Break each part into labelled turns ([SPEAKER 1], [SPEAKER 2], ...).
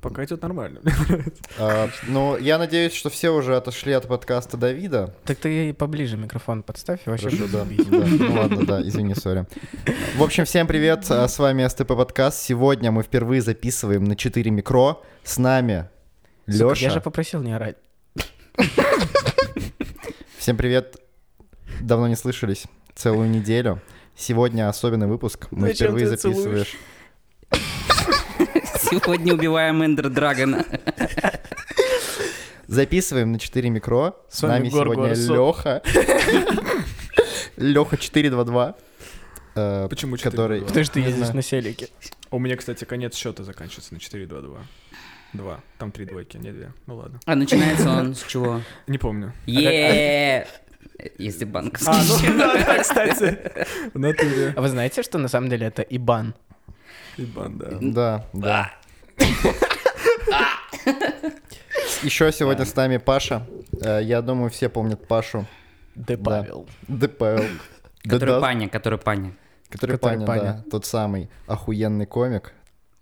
[SPEAKER 1] Пока идет нормально.
[SPEAKER 2] А, ну, я надеюсь, что все уже отошли от подкаста Давида.
[SPEAKER 3] Так ты поближе микрофон подставь, и вообще
[SPEAKER 2] Хорошо, да.
[SPEAKER 3] бей.
[SPEAKER 2] да. Ну ладно, да, извини, сори. В общем, всем привет, а, с вами СТП Подкаст. Сегодня мы впервые записываем на 4 микро. С нами
[SPEAKER 3] Сука,
[SPEAKER 2] Лёша.
[SPEAKER 3] Я же попросил не орать.
[SPEAKER 2] Всем привет. Давно не слышались. Целую неделю. Сегодня особенный выпуск. Мы
[SPEAKER 1] Зачем
[SPEAKER 2] впервые
[SPEAKER 1] ты целуешь?
[SPEAKER 2] записываешь.
[SPEAKER 4] Сегодня убиваем Эндер Драгона.
[SPEAKER 2] Записываем на 4 микро. С,
[SPEAKER 1] С вами
[SPEAKER 2] нами
[SPEAKER 1] Гор
[SPEAKER 2] сегодня
[SPEAKER 1] Горсо.
[SPEAKER 2] Леха. Леха 422. э,
[SPEAKER 1] Почему 4-2-2?
[SPEAKER 2] который...
[SPEAKER 3] Потому что ты
[SPEAKER 2] Не
[SPEAKER 3] ездишь
[SPEAKER 2] знаю.
[SPEAKER 3] на селике.
[SPEAKER 1] У меня, кстати, конец счета заканчивается на 4-2-2. Два. Там три двойки, не две. Ну ладно.
[SPEAKER 4] А начинается он с чего?
[SPEAKER 1] Не помню.
[SPEAKER 4] Е. Если банковский счет.
[SPEAKER 1] кстати. В натуре.
[SPEAKER 3] А вы знаете, что на самом деле это Ибан?
[SPEAKER 1] Ебан, да.
[SPEAKER 2] Да, да. Еще сегодня с нами Паша. Э, Я думаю, все помнят Пашу.
[SPEAKER 3] Де
[SPEAKER 2] Да.
[SPEAKER 3] Павел.
[SPEAKER 2] ДПЛ.
[SPEAKER 4] Который
[SPEAKER 2] Да-да,
[SPEAKER 4] Паня, который Паня.
[SPEAKER 2] Который
[SPEAKER 3] Который
[SPEAKER 2] Паня, да.
[SPEAKER 3] Паня.
[SPEAKER 2] Тот самый охуенный комик.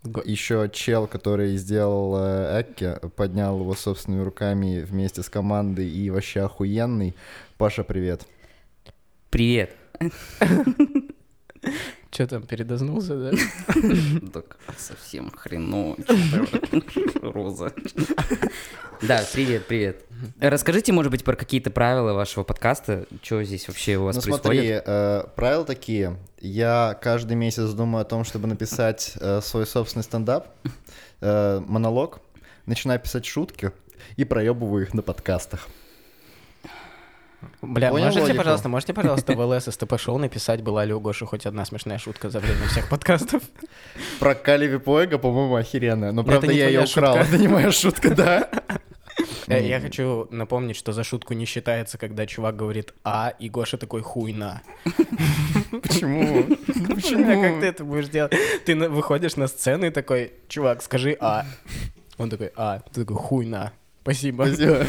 [SPEAKER 3] Го-
[SPEAKER 2] Еще чел, который сделал э, Экке, поднял его собственными руками вместе с командой и вообще охуенный. Паша, привет.
[SPEAKER 4] Привет.
[SPEAKER 3] Че там, передознулся, да?
[SPEAKER 4] Так, совсем хреново. Роза. Да, привет, привет. Расскажите, может быть, про какие-то правила вашего подкаста. Что здесь вообще у вас
[SPEAKER 2] ну
[SPEAKER 4] происходит?
[SPEAKER 2] смотри, э, правила такие. Я каждый месяц думаю о том, чтобы написать э, свой собственный стендап, э, монолог, начинаю писать шутки и проебываю их на подкастах.
[SPEAKER 3] Бля,
[SPEAKER 2] Понял
[SPEAKER 3] можете,
[SPEAKER 2] логику?
[SPEAKER 3] пожалуйста, можете, пожалуйста, в ЛС СТП шоу написать, была ли у Гоши хоть одна смешная шутка за время всех подкастов?
[SPEAKER 2] Про Кали Випоэга, по-моему, охеренная. Но
[SPEAKER 3] Это
[SPEAKER 2] правда,
[SPEAKER 3] не
[SPEAKER 2] я ее
[SPEAKER 3] твоя
[SPEAKER 2] украл.
[SPEAKER 3] шутка.
[SPEAKER 2] Это не моя шутка, да.
[SPEAKER 3] Э, Я хочу напомнить, что за шутку не считается, когда чувак говорит «а», и Гоша такой «хуйна».
[SPEAKER 2] Почему?
[SPEAKER 3] Почему? Как ты это будешь делать? Ты на- выходишь на сцену и такой «чувак, скажи «а». Он такой «а». Ты такой «хуйна». Спасибо.
[SPEAKER 2] Спасибо.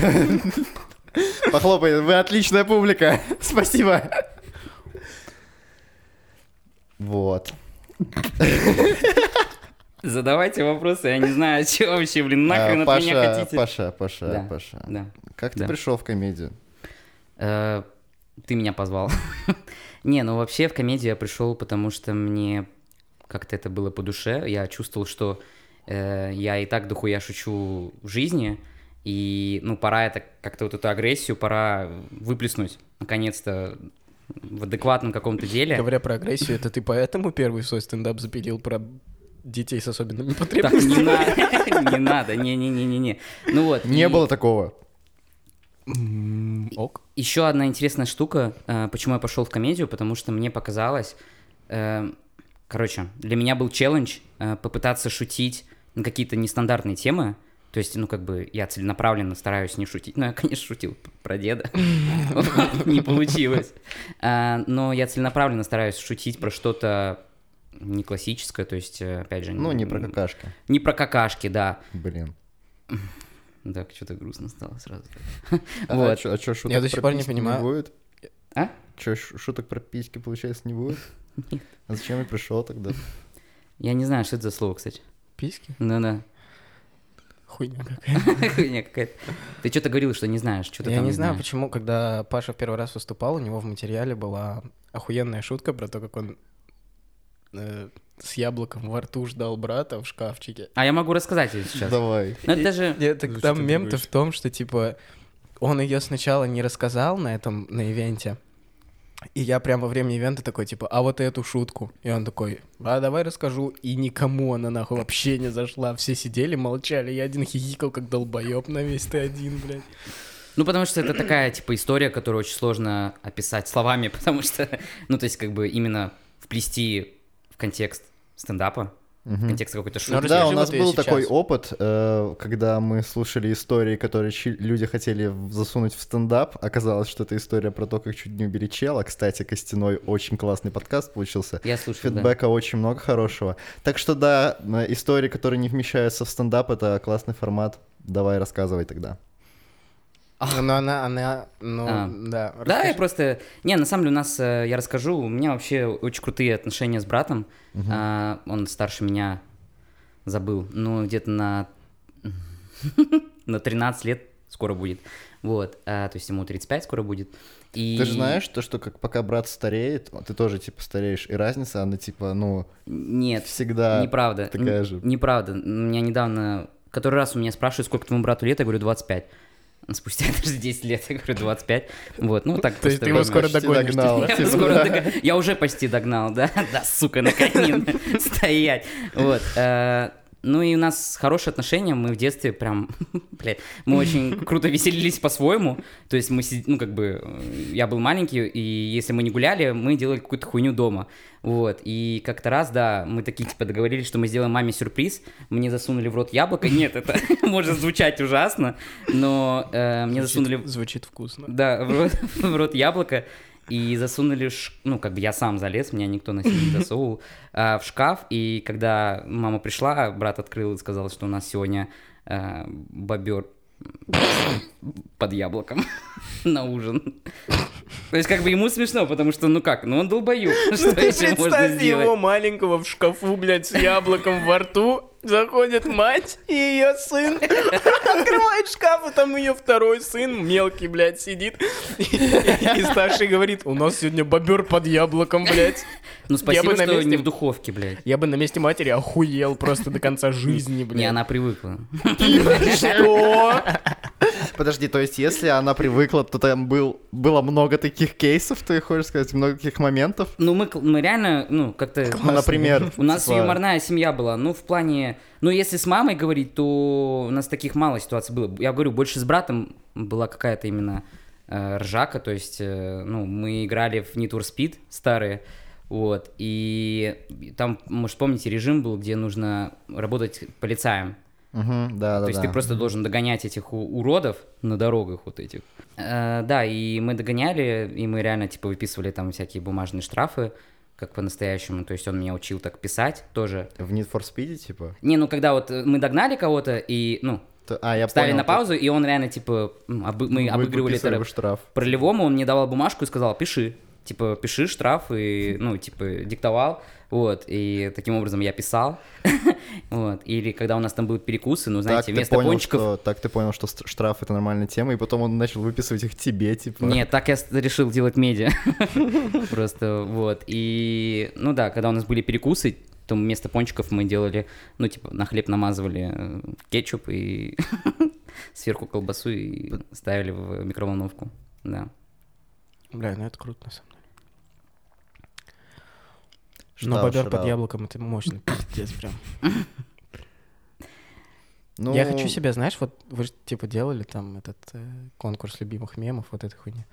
[SPEAKER 2] Похлопай, вы отличная публика. Спасибо. Вот.
[SPEAKER 4] Задавайте вопросы, я не знаю, чего вообще, блин, нахрен
[SPEAKER 2] А,
[SPEAKER 4] от меня
[SPEAKER 2] Паша,
[SPEAKER 4] хотите.
[SPEAKER 2] Паша, Паша,
[SPEAKER 4] Да.
[SPEAKER 2] Паша.
[SPEAKER 4] Да.
[SPEAKER 2] Как ты
[SPEAKER 4] Да.
[SPEAKER 2] пришел в комедию?
[SPEAKER 4] Э, Ты меня позвал. Не, ну вообще в комедию я пришел, потому что мне как-то это было по душе. Я чувствовал, что э, я и так дохуя шучу в жизни, и ну пора это как-то вот эту агрессию пора выплеснуть, наконец-то в адекватном каком-то деле.
[SPEAKER 3] Говоря про агрессию, это ты поэтому первый свой стендап запилил про детей с особенными
[SPEAKER 4] Так,
[SPEAKER 3] потребностями?
[SPEAKER 4] не надо, не надо, не-не-не-не-не. Ну вот.
[SPEAKER 2] Не
[SPEAKER 4] и-
[SPEAKER 2] было такого.
[SPEAKER 3] М, Ок.
[SPEAKER 4] Еще одна интересная штука, э, почему я пошел в комедию, потому что мне показалось, э, короче, для меня был челлендж э, попытаться шутить на какие-то нестандартные темы. То есть, ну, как бы, я целенаправленно стараюсь не шутить. Ну, я, конечно, шутил п- про деда. Вот, Не получилось. А, Но я целенаправленно стараюсь шутить про что-то не классическое, то есть, э, опять же...
[SPEAKER 2] Ну, не про
[SPEAKER 4] м,
[SPEAKER 2] какашки.
[SPEAKER 4] Не про какашки, да.
[SPEAKER 2] Блин.
[SPEAKER 4] Так, что-то грустно стало сразу.
[SPEAKER 2] А-
[SPEAKER 4] Вот.
[SPEAKER 2] А что, шуток
[SPEAKER 3] Я до сих
[SPEAKER 2] про
[SPEAKER 3] пор не
[SPEAKER 2] письки
[SPEAKER 3] понимаю.
[SPEAKER 2] будет?
[SPEAKER 4] А?
[SPEAKER 2] Че, шуток про письки, получается, не будет?
[SPEAKER 4] Нет.
[SPEAKER 2] А зачем я пришел тогда?
[SPEAKER 4] Я не знаю, что это за слово, кстати.
[SPEAKER 3] Письки?
[SPEAKER 4] Ну-да.
[SPEAKER 3] Хуйня какая.
[SPEAKER 4] Хуйня какая-то. Ты что-то говорил, что не знаешь, что-то
[SPEAKER 3] Я
[SPEAKER 4] там
[SPEAKER 3] не знаю, почему, когда Паша в первый раз выступал, у него в материале была охуенная шутка про то, как он э, с яблоком во рту ждал брата в шкафчике.
[SPEAKER 4] А я могу рассказать её сейчас.
[SPEAKER 2] Давай.
[SPEAKER 4] Ну, это даже...
[SPEAKER 3] Нет, так
[SPEAKER 1] Ну, что ты
[SPEAKER 3] там мем-то
[SPEAKER 1] говоришь?
[SPEAKER 3] в том, что типа он ее сначала не рассказал на этом, на ивенте, и я прямо во время ивента такой, типа, а вот эту шутку. И он такой, а давай расскажу. И никому она нахуй вообще не зашла. Все сидели, молчали. Я один хихикал, как долбоеб на весь ты один, блядь.
[SPEAKER 4] Ну, потому что это такая, типа, история, которую очень сложно описать словами, потому что, ну, то есть, как бы, именно вплести в контекст стендапа, в контекст какой-то
[SPEAKER 3] Ну,
[SPEAKER 4] шутки.
[SPEAKER 2] Да, у
[SPEAKER 3] расскажи
[SPEAKER 2] нас
[SPEAKER 3] вот её
[SPEAKER 2] был
[SPEAKER 3] сейчас.
[SPEAKER 2] такой опыт, э, когда мы слушали истории, которые чи- люди хотели в- засунуть в стендап. Оказалось, что это история про то, как чуть не убили чела. Кстати, Костяной очень классный подкаст получился.
[SPEAKER 4] Я слушал, да.
[SPEAKER 2] Фидбэка очень много хорошего. Так что да, э, истории, которые не вмещаются в стендап, это классный формат. Давай рассказывай тогда.
[SPEAKER 3] Но она, она, ну,
[SPEAKER 4] А.
[SPEAKER 3] да.
[SPEAKER 4] Да, я
[SPEAKER 3] расскажи.
[SPEAKER 4] просто... Не, на самом деле у нас, э, я расскажу, у меня вообще очень крутые отношения с братом. А, Он старше меня, забыл, ну, где-то на на 13 лет скоро будет. Вот, а, то есть ему 35 скоро будет. И...
[SPEAKER 2] Ты же знаешь, то, что как пока брат стареет, ты тоже, типа, стареешь, и разница, она, типа, ну,
[SPEAKER 4] Нет,
[SPEAKER 2] всегда...
[SPEAKER 4] неправда.
[SPEAKER 2] такая
[SPEAKER 4] Н-
[SPEAKER 2] же.
[SPEAKER 4] Неправда. Меня недавно... Который раз у меня спрашивают, сколько твоему брату лет, я говорю, 25. Спустя даже 10 лет, я говорю, 25. Вот, ну так
[SPEAKER 3] То есть
[SPEAKER 4] просто
[SPEAKER 3] ты его
[SPEAKER 4] было.
[SPEAKER 3] скоро
[SPEAKER 2] почти
[SPEAKER 3] догонишь. Типа,
[SPEAKER 2] догнал.
[SPEAKER 4] Я, бы скоро дога- я уже почти догнал, да? Да, сука, наконец стоять. Вот. э, Ну и у нас хорошие отношения, мы в детстве прям, блядь, мы очень круто веселились по-своему, то есть мы, сид- ну как бы, э, я был маленький, и если мы не гуляли, мы делали какую-то хуйню дома, вот, и как-то раз, да, мы такие, типа, договорились, что мы сделаем маме сюрприз, мне засунули в рот яблоко, нет, это может звучать ужасно, но э, мне
[SPEAKER 3] Звучит-
[SPEAKER 4] засунули...
[SPEAKER 3] Звучит вкусно.
[SPEAKER 4] Да, в рот, в рот яблоко. И засунули, ш- ну, как бы я сам залез, меня никто на себе не засовывал, а, в шкаф. И когда мама пришла, а брат открыл и сказал, что у нас сегодня а, бобер под яблоком на ужин. То есть как бы ему смешно, потому что, ну как, ну он долбоёб, что еще можно сделать?
[SPEAKER 3] маленького в шкафу, блядь, с яблоком во рту. Заходит мать и ее сын. Открывает шкаф, и там ее второй сын, мелкий, блядь, сидит. И старший говорит, у нас сегодня бобер под яблоком, блядь.
[SPEAKER 4] Ну спасибо,
[SPEAKER 3] бы на
[SPEAKER 4] что
[SPEAKER 3] месте-
[SPEAKER 4] не в духовке, блядь.
[SPEAKER 3] Я бы на месте матери охуел просто до конца жизни,
[SPEAKER 4] Не,
[SPEAKER 3] блядь.
[SPEAKER 4] она привыкла.
[SPEAKER 3] Что?
[SPEAKER 2] Подожди, то есть, если она привыкла, то там был, было много таких кейсов, ты хочешь сказать, много таких моментов?
[SPEAKER 4] Ну мы, мы реально, ну как-то...
[SPEAKER 2] Ну, например,
[SPEAKER 4] У нас
[SPEAKER 2] типа,
[SPEAKER 4] юморная семья была, ну, в плане... Ну, если с мамой говорить, то у нас таких мало ситуаций было. Я говорю, больше с братом была какая-то именно э, ржака, то есть, э, ну, мы играли в Need for Speed старые, вот, и там, может, помните, режим был, где нужно работать полицаем.
[SPEAKER 2] мгм, да, да,
[SPEAKER 4] То есть
[SPEAKER 2] да.
[SPEAKER 4] ты просто должен догонять этих у- уродов на дорогах вот этих. Э, да, и мы догоняли, и мы реально, типа, выписывали там всякие бумажные штрафы, как по-настоящему. То есть он меня учил так писать тоже.
[SPEAKER 2] В Need for Speed, типа?
[SPEAKER 4] Не, ну когда вот э, мы догнали кого-то и, ну,
[SPEAKER 2] Т- А, я
[SPEAKER 4] ставили
[SPEAKER 2] понял,
[SPEAKER 4] на
[SPEAKER 2] ты-
[SPEAKER 4] паузу, и он реально, типа, м, обы- мы
[SPEAKER 2] вы
[SPEAKER 4] обыгрывали
[SPEAKER 2] выписывали бы
[SPEAKER 4] это
[SPEAKER 2] штраф.
[SPEAKER 4] пролевому, он мне давал бумажку и сказал, пиши. Типа, пиши штраф и, ну, типа, диктовал. Вот, и таким образом я писал. Вот, или когда у нас там будут перекусы, ну, знаете,
[SPEAKER 2] так,
[SPEAKER 4] вместо
[SPEAKER 2] ты понял,
[SPEAKER 4] пончиков...
[SPEAKER 2] что, так ты понял, что ст- штраф это нормальная тема, и потом он начал выписывать их тебе, типа.
[SPEAKER 4] Нет, так я с- решил делать медиа. Просто вот. И, ну да, когда у нас были перекусы, то вместо пончиков мы делали, ну, типа, на хлеб намазывали э, кетчуп и сверху колбасу и ставили в микроволновку. Да.
[SPEAKER 3] Бля, ну это круто, на самом деле.
[SPEAKER 4] ну,
[SPEAKER 2] Штраф,
[SPEAKER 3] Но бобер под
[SPEAKER 2] штраф.
[SPEAKER 3] яблоком, это мощно, пиздец прям.
[SPEAKER 2] Ну,
[SPEAKER 3] Я хочу себе, знаешь, вот вы ж, типа делали там этот э, конкурс любимых мемов, вот этой хуйни.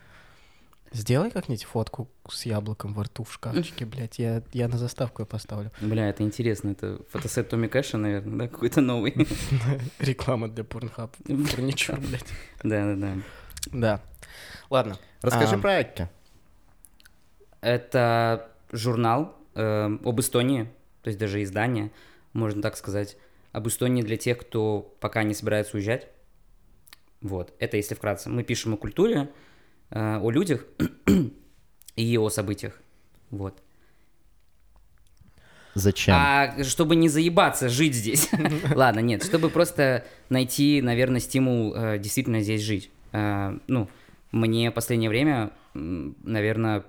[SPEAKER 3] Сделай как-нибудь фотку с яблоком во рту в шкафчике, блядь, я, я на заставку ее поставлю.
[SPEAKER 4] Бля, это интересно. Это фотосет Томми Кэша, наверное, да? Какой-то новый.
[SPEAKER 3] Реклама для Pornhub. Фурничер, блядь.
[SPEAKER 4] Да-да-да.
[SPEAKER 3] Да. Ладно.
[SPEAKER 2] Расскажи
[SPEAKER 4] А.
[SPEAKER 3] Ам.
[SPEAKER 2] про Акки.
[SPEAKER 4] Это журнал э, об Эстонии, то есть даже издание, можно так сказать, об Эстонии для тех, кто пока не собирается уезжать. Вот, это если вкратце. Мы пишем о культуре, э, о людях и о событиях. Вот.
[SPEAKER 2] Зачем?
[SPEAKER 4] А чтобы не заебаться жить здесь. Ладно, нет, чтобы просто найти, наверное, стимул э, действительно здесь жить. Э, ну, мне в последнее время, наверное,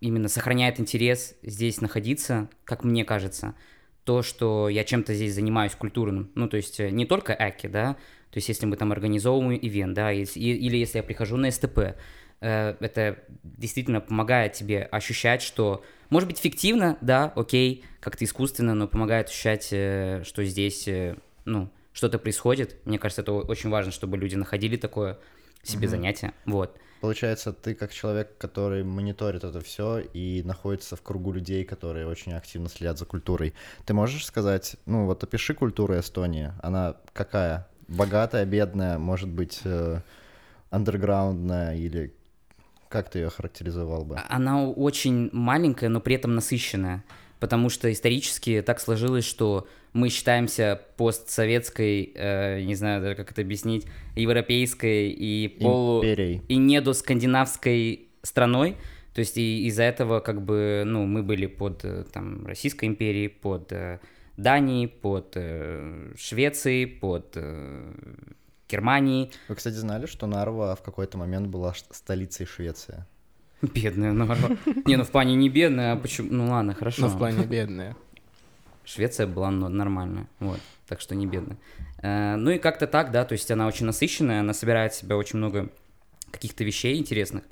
[SPEAKER 4] именно сохраняет интерес здесь находиться, как мне кажется, то, что я чем-то здесь занимаюсь культурным. Ну, то есть э, не только АКИ, да, то есть если мы там организовываем ивент, да, ес- и- или если я прихожу на СТП, э, это действительно помогает тебе ощущать, что, может быть, фиктивно, да, окей, как-то искусственно, но помогает ощущать, э, что здесь, э, ну, что-то происходит. Мне кажется, это о- очень важно, чтобы люди находили такое себе занятие. Вот.
[SPEAKER 2] Получается, ты как человек, который мониторит это все и находится в кругу людей, которые очень активно следят за культурой. Ты можешь сказать, ну вот опиши культуру Эстонии. Она какая? Богатая, бедная, может быть, э, андерграундная или как ты ее характеризовал бы?
[SPEAKER 3] типа.
[SPEAKER 4] А- Она о- очень маленькая, но при этом насыщенная. Потому что исторически так сложилось, что мы считаемся постсоветской, э, не знаю даже как это объяснить, европейской и полу...
[SPEAKER 2] Империей.
[SPEAKER 4] и недоскандинавской страной. То есть и из-за этого как бы, ну, мы были под э, там Российской империей, под э, Дании, под э, Швеции, под э, Германией.
[SPEAKER 2] Вы, кстати, знали, что Нарва в какой-то момент была ш- столицей Швеции?
[SPEAKER 4] Бедная Нарва. Не, ну в плане не бедная, а почему... Ну ладно, хорошо.
[SPEAKER 3] Ну, в плане бедная.
[SPEAKER 4] Швеция была но- нормальная, вот, так что не бедная. Э, Ну и как-то так, да, то есть она очень насыщенная, она собирает в себя очень много каких-то вещей интересных,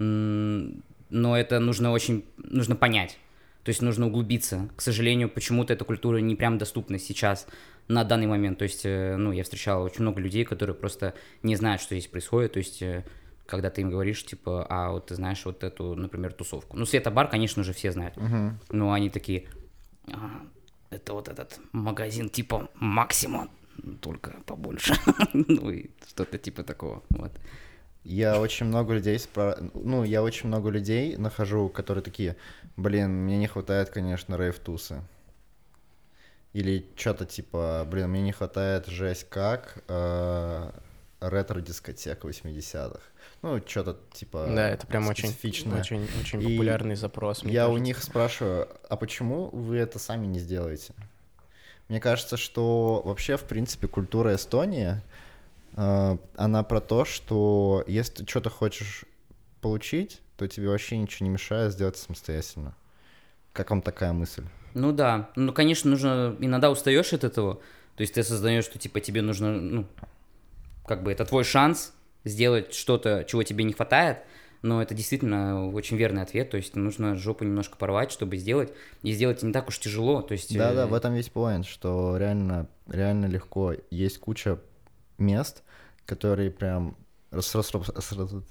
[SPEAKER 4] М, но это нужно очень, нужно понять, то есть нужно углубиться. К сожалению, почему-то эта культура не прям доступна сейчас, на данный момент, то есть, э, ну, я встречал очень много людей, которые просто не знают, что здесь происходит, то есть... э, когда ты им говоришь, типа, а вот ты знаешь вот эту, например, тусовку. Ну, Света-бар, конечно же, все знают. Но Ну, они такие, «А, это вот этот магазин типа Максимум, только побольше. ну и что-то типа такого. Вот.
[SPEAKER 2] Я очень много людей спра... ну, я очень много людей нахожу, которые такие, блин, мне не хватает, конечно, рейв-тусы. Или что-то типа, блин, мне не хватает жесть как э, ретро-дискотека 80-х. Ну, что-то типа
[SPEAKER 3] Да, это прям очень,
[SPEAKER 2] специфичное.
[SPEAKER 3] очень, очень
[SPEAKER 2] И
[SPEAKER 3] популярный запрос. мне
[SPEAKER 2] Я у
[SPEAKER 3] кажется.
[SPEAKER 2] них спрашиваю, а почему вы это сами не сделаете? Мне кажется, что вообще, в принципе, культура Эстонии, э, она про то, что если ты что-то хочешь получить, то тебе вообще ничего не мешает сделать самостоятельно. Как вам такая мысль?
[SPEAKER 4] Ну да, ну конечно нужно, иногда устаешь от этого, то есть ты создаешь, что типа тебе нужно, ну, как бы это твой шанс сделать что-то, чего тебе не хватает, но это действительно очень верный ответ, то есть нужно жопу немножко порвать, чтобы сделать, и сделать не так уж тяжело, то есть...
[SPEAKER 2] Да-да,
[SPEAKER 4] э,
[SPEAKER 2] в этом весь поинт, что реально, реально легко. Есть куча мест, которые прям рас- рас- рас- рас-
[SPEAKER 4] Да.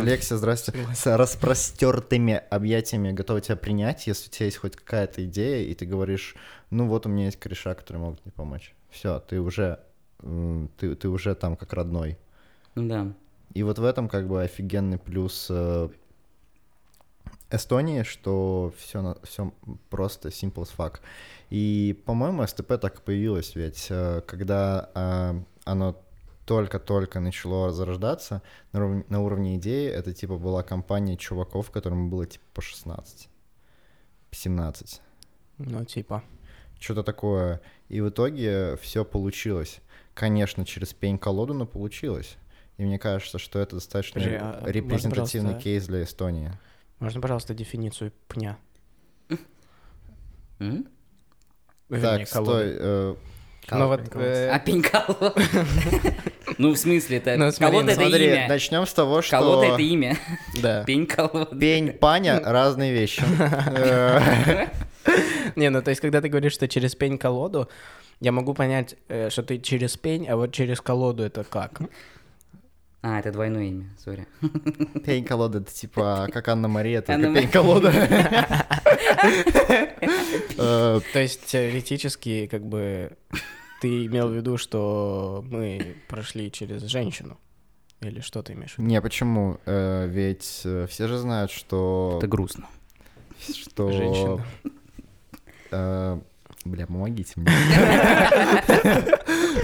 [SPEAKER 2] Дислексия, здрасте. С распростертыми объятиями готовы тебя принять, если у тебя есть хоть какая-то идея, и ты говоришь, ну вот у меня есть кореша, которые могут мне помочь. Все, ты уже, м, ты, ты уже там как родной.
[SPEAKER 4] Ну да.
[SPEAKER 2] И вот в этом как бы офигенный плюс э, Эстонии, что все, все просто simple as fuck. И, по-моему, СТП так и появилось, ведь э, когда э, оно только-только начало зарождаться, на уровне, на уровне идеи это типа была компания чуваков, которым было типа по 16, 17
[SPEAKER 3] Ну, типа.
[SPEAKER 2] что-то такое. И в итоге все получилось. Конечно, через пень-колоду, но получилось. И мне кажется, что это достаточно
[SPEAKER 3] Подожди, а можно,
[SPEAKER 2] репрезентативный
[SPEAKER 3] пожалуйста?
[SPEAKER 2] кейс для Эстонии.
[SPEAKER 3] Можно, пожалуйста, дефиницию пня?
[SPEAKER 4] М?
[SPEAKER 3] Вернее,
[SPEAKER 2] так,
[SPEAKER 3] колоду.
[SPEAKER 2] стой. э,
[SPEAKER 3] Ну вот, э,
[SPEAKER 4] А пень колода. Ну, в смысле, это
[SPEAKER 3] Ну, смотри,
[SPEAKER 4] колода это
[SPEAKER 2] смотри,
[SPEAKER 4] имя.
[SPEAKER 2] начнем с того, что
[SPEAKER 4] Колода это имя.
[SPEAKER 3] да.
[SPEAKER 4] Пень колода.
[SPEAKER 2] пень, паня — разные вещи. Э,
[SPEAKER 3] Не, ну то есть, когда ты говоришь, что через пень колоду, я могу понять, э, что ты через пень, а вот через колоду это как?
[SPEAKER 4] А, это двойное имя, сори.
[SPEAKER 2] Пень-колода — это типа как Анна-Мария, только
[SPEAKER 4] Анна-Мария.
[SPEAKER 2] пень-колода. Э,
[SPEAKER 3] То есть, теоретически, как бы, ты имел в виду, что мы прошли через женщину? Или что ты имеешь в виду?
[SPEAKER 2] Не, почему? Э, Ведь э, все же знают, что...
[SPEAKER 4] Это грустно.
[SPEAKER 2] что...
[SPEAKER 3] Женщина.
[SPEAKER 2] Э, Бля, помогите мне.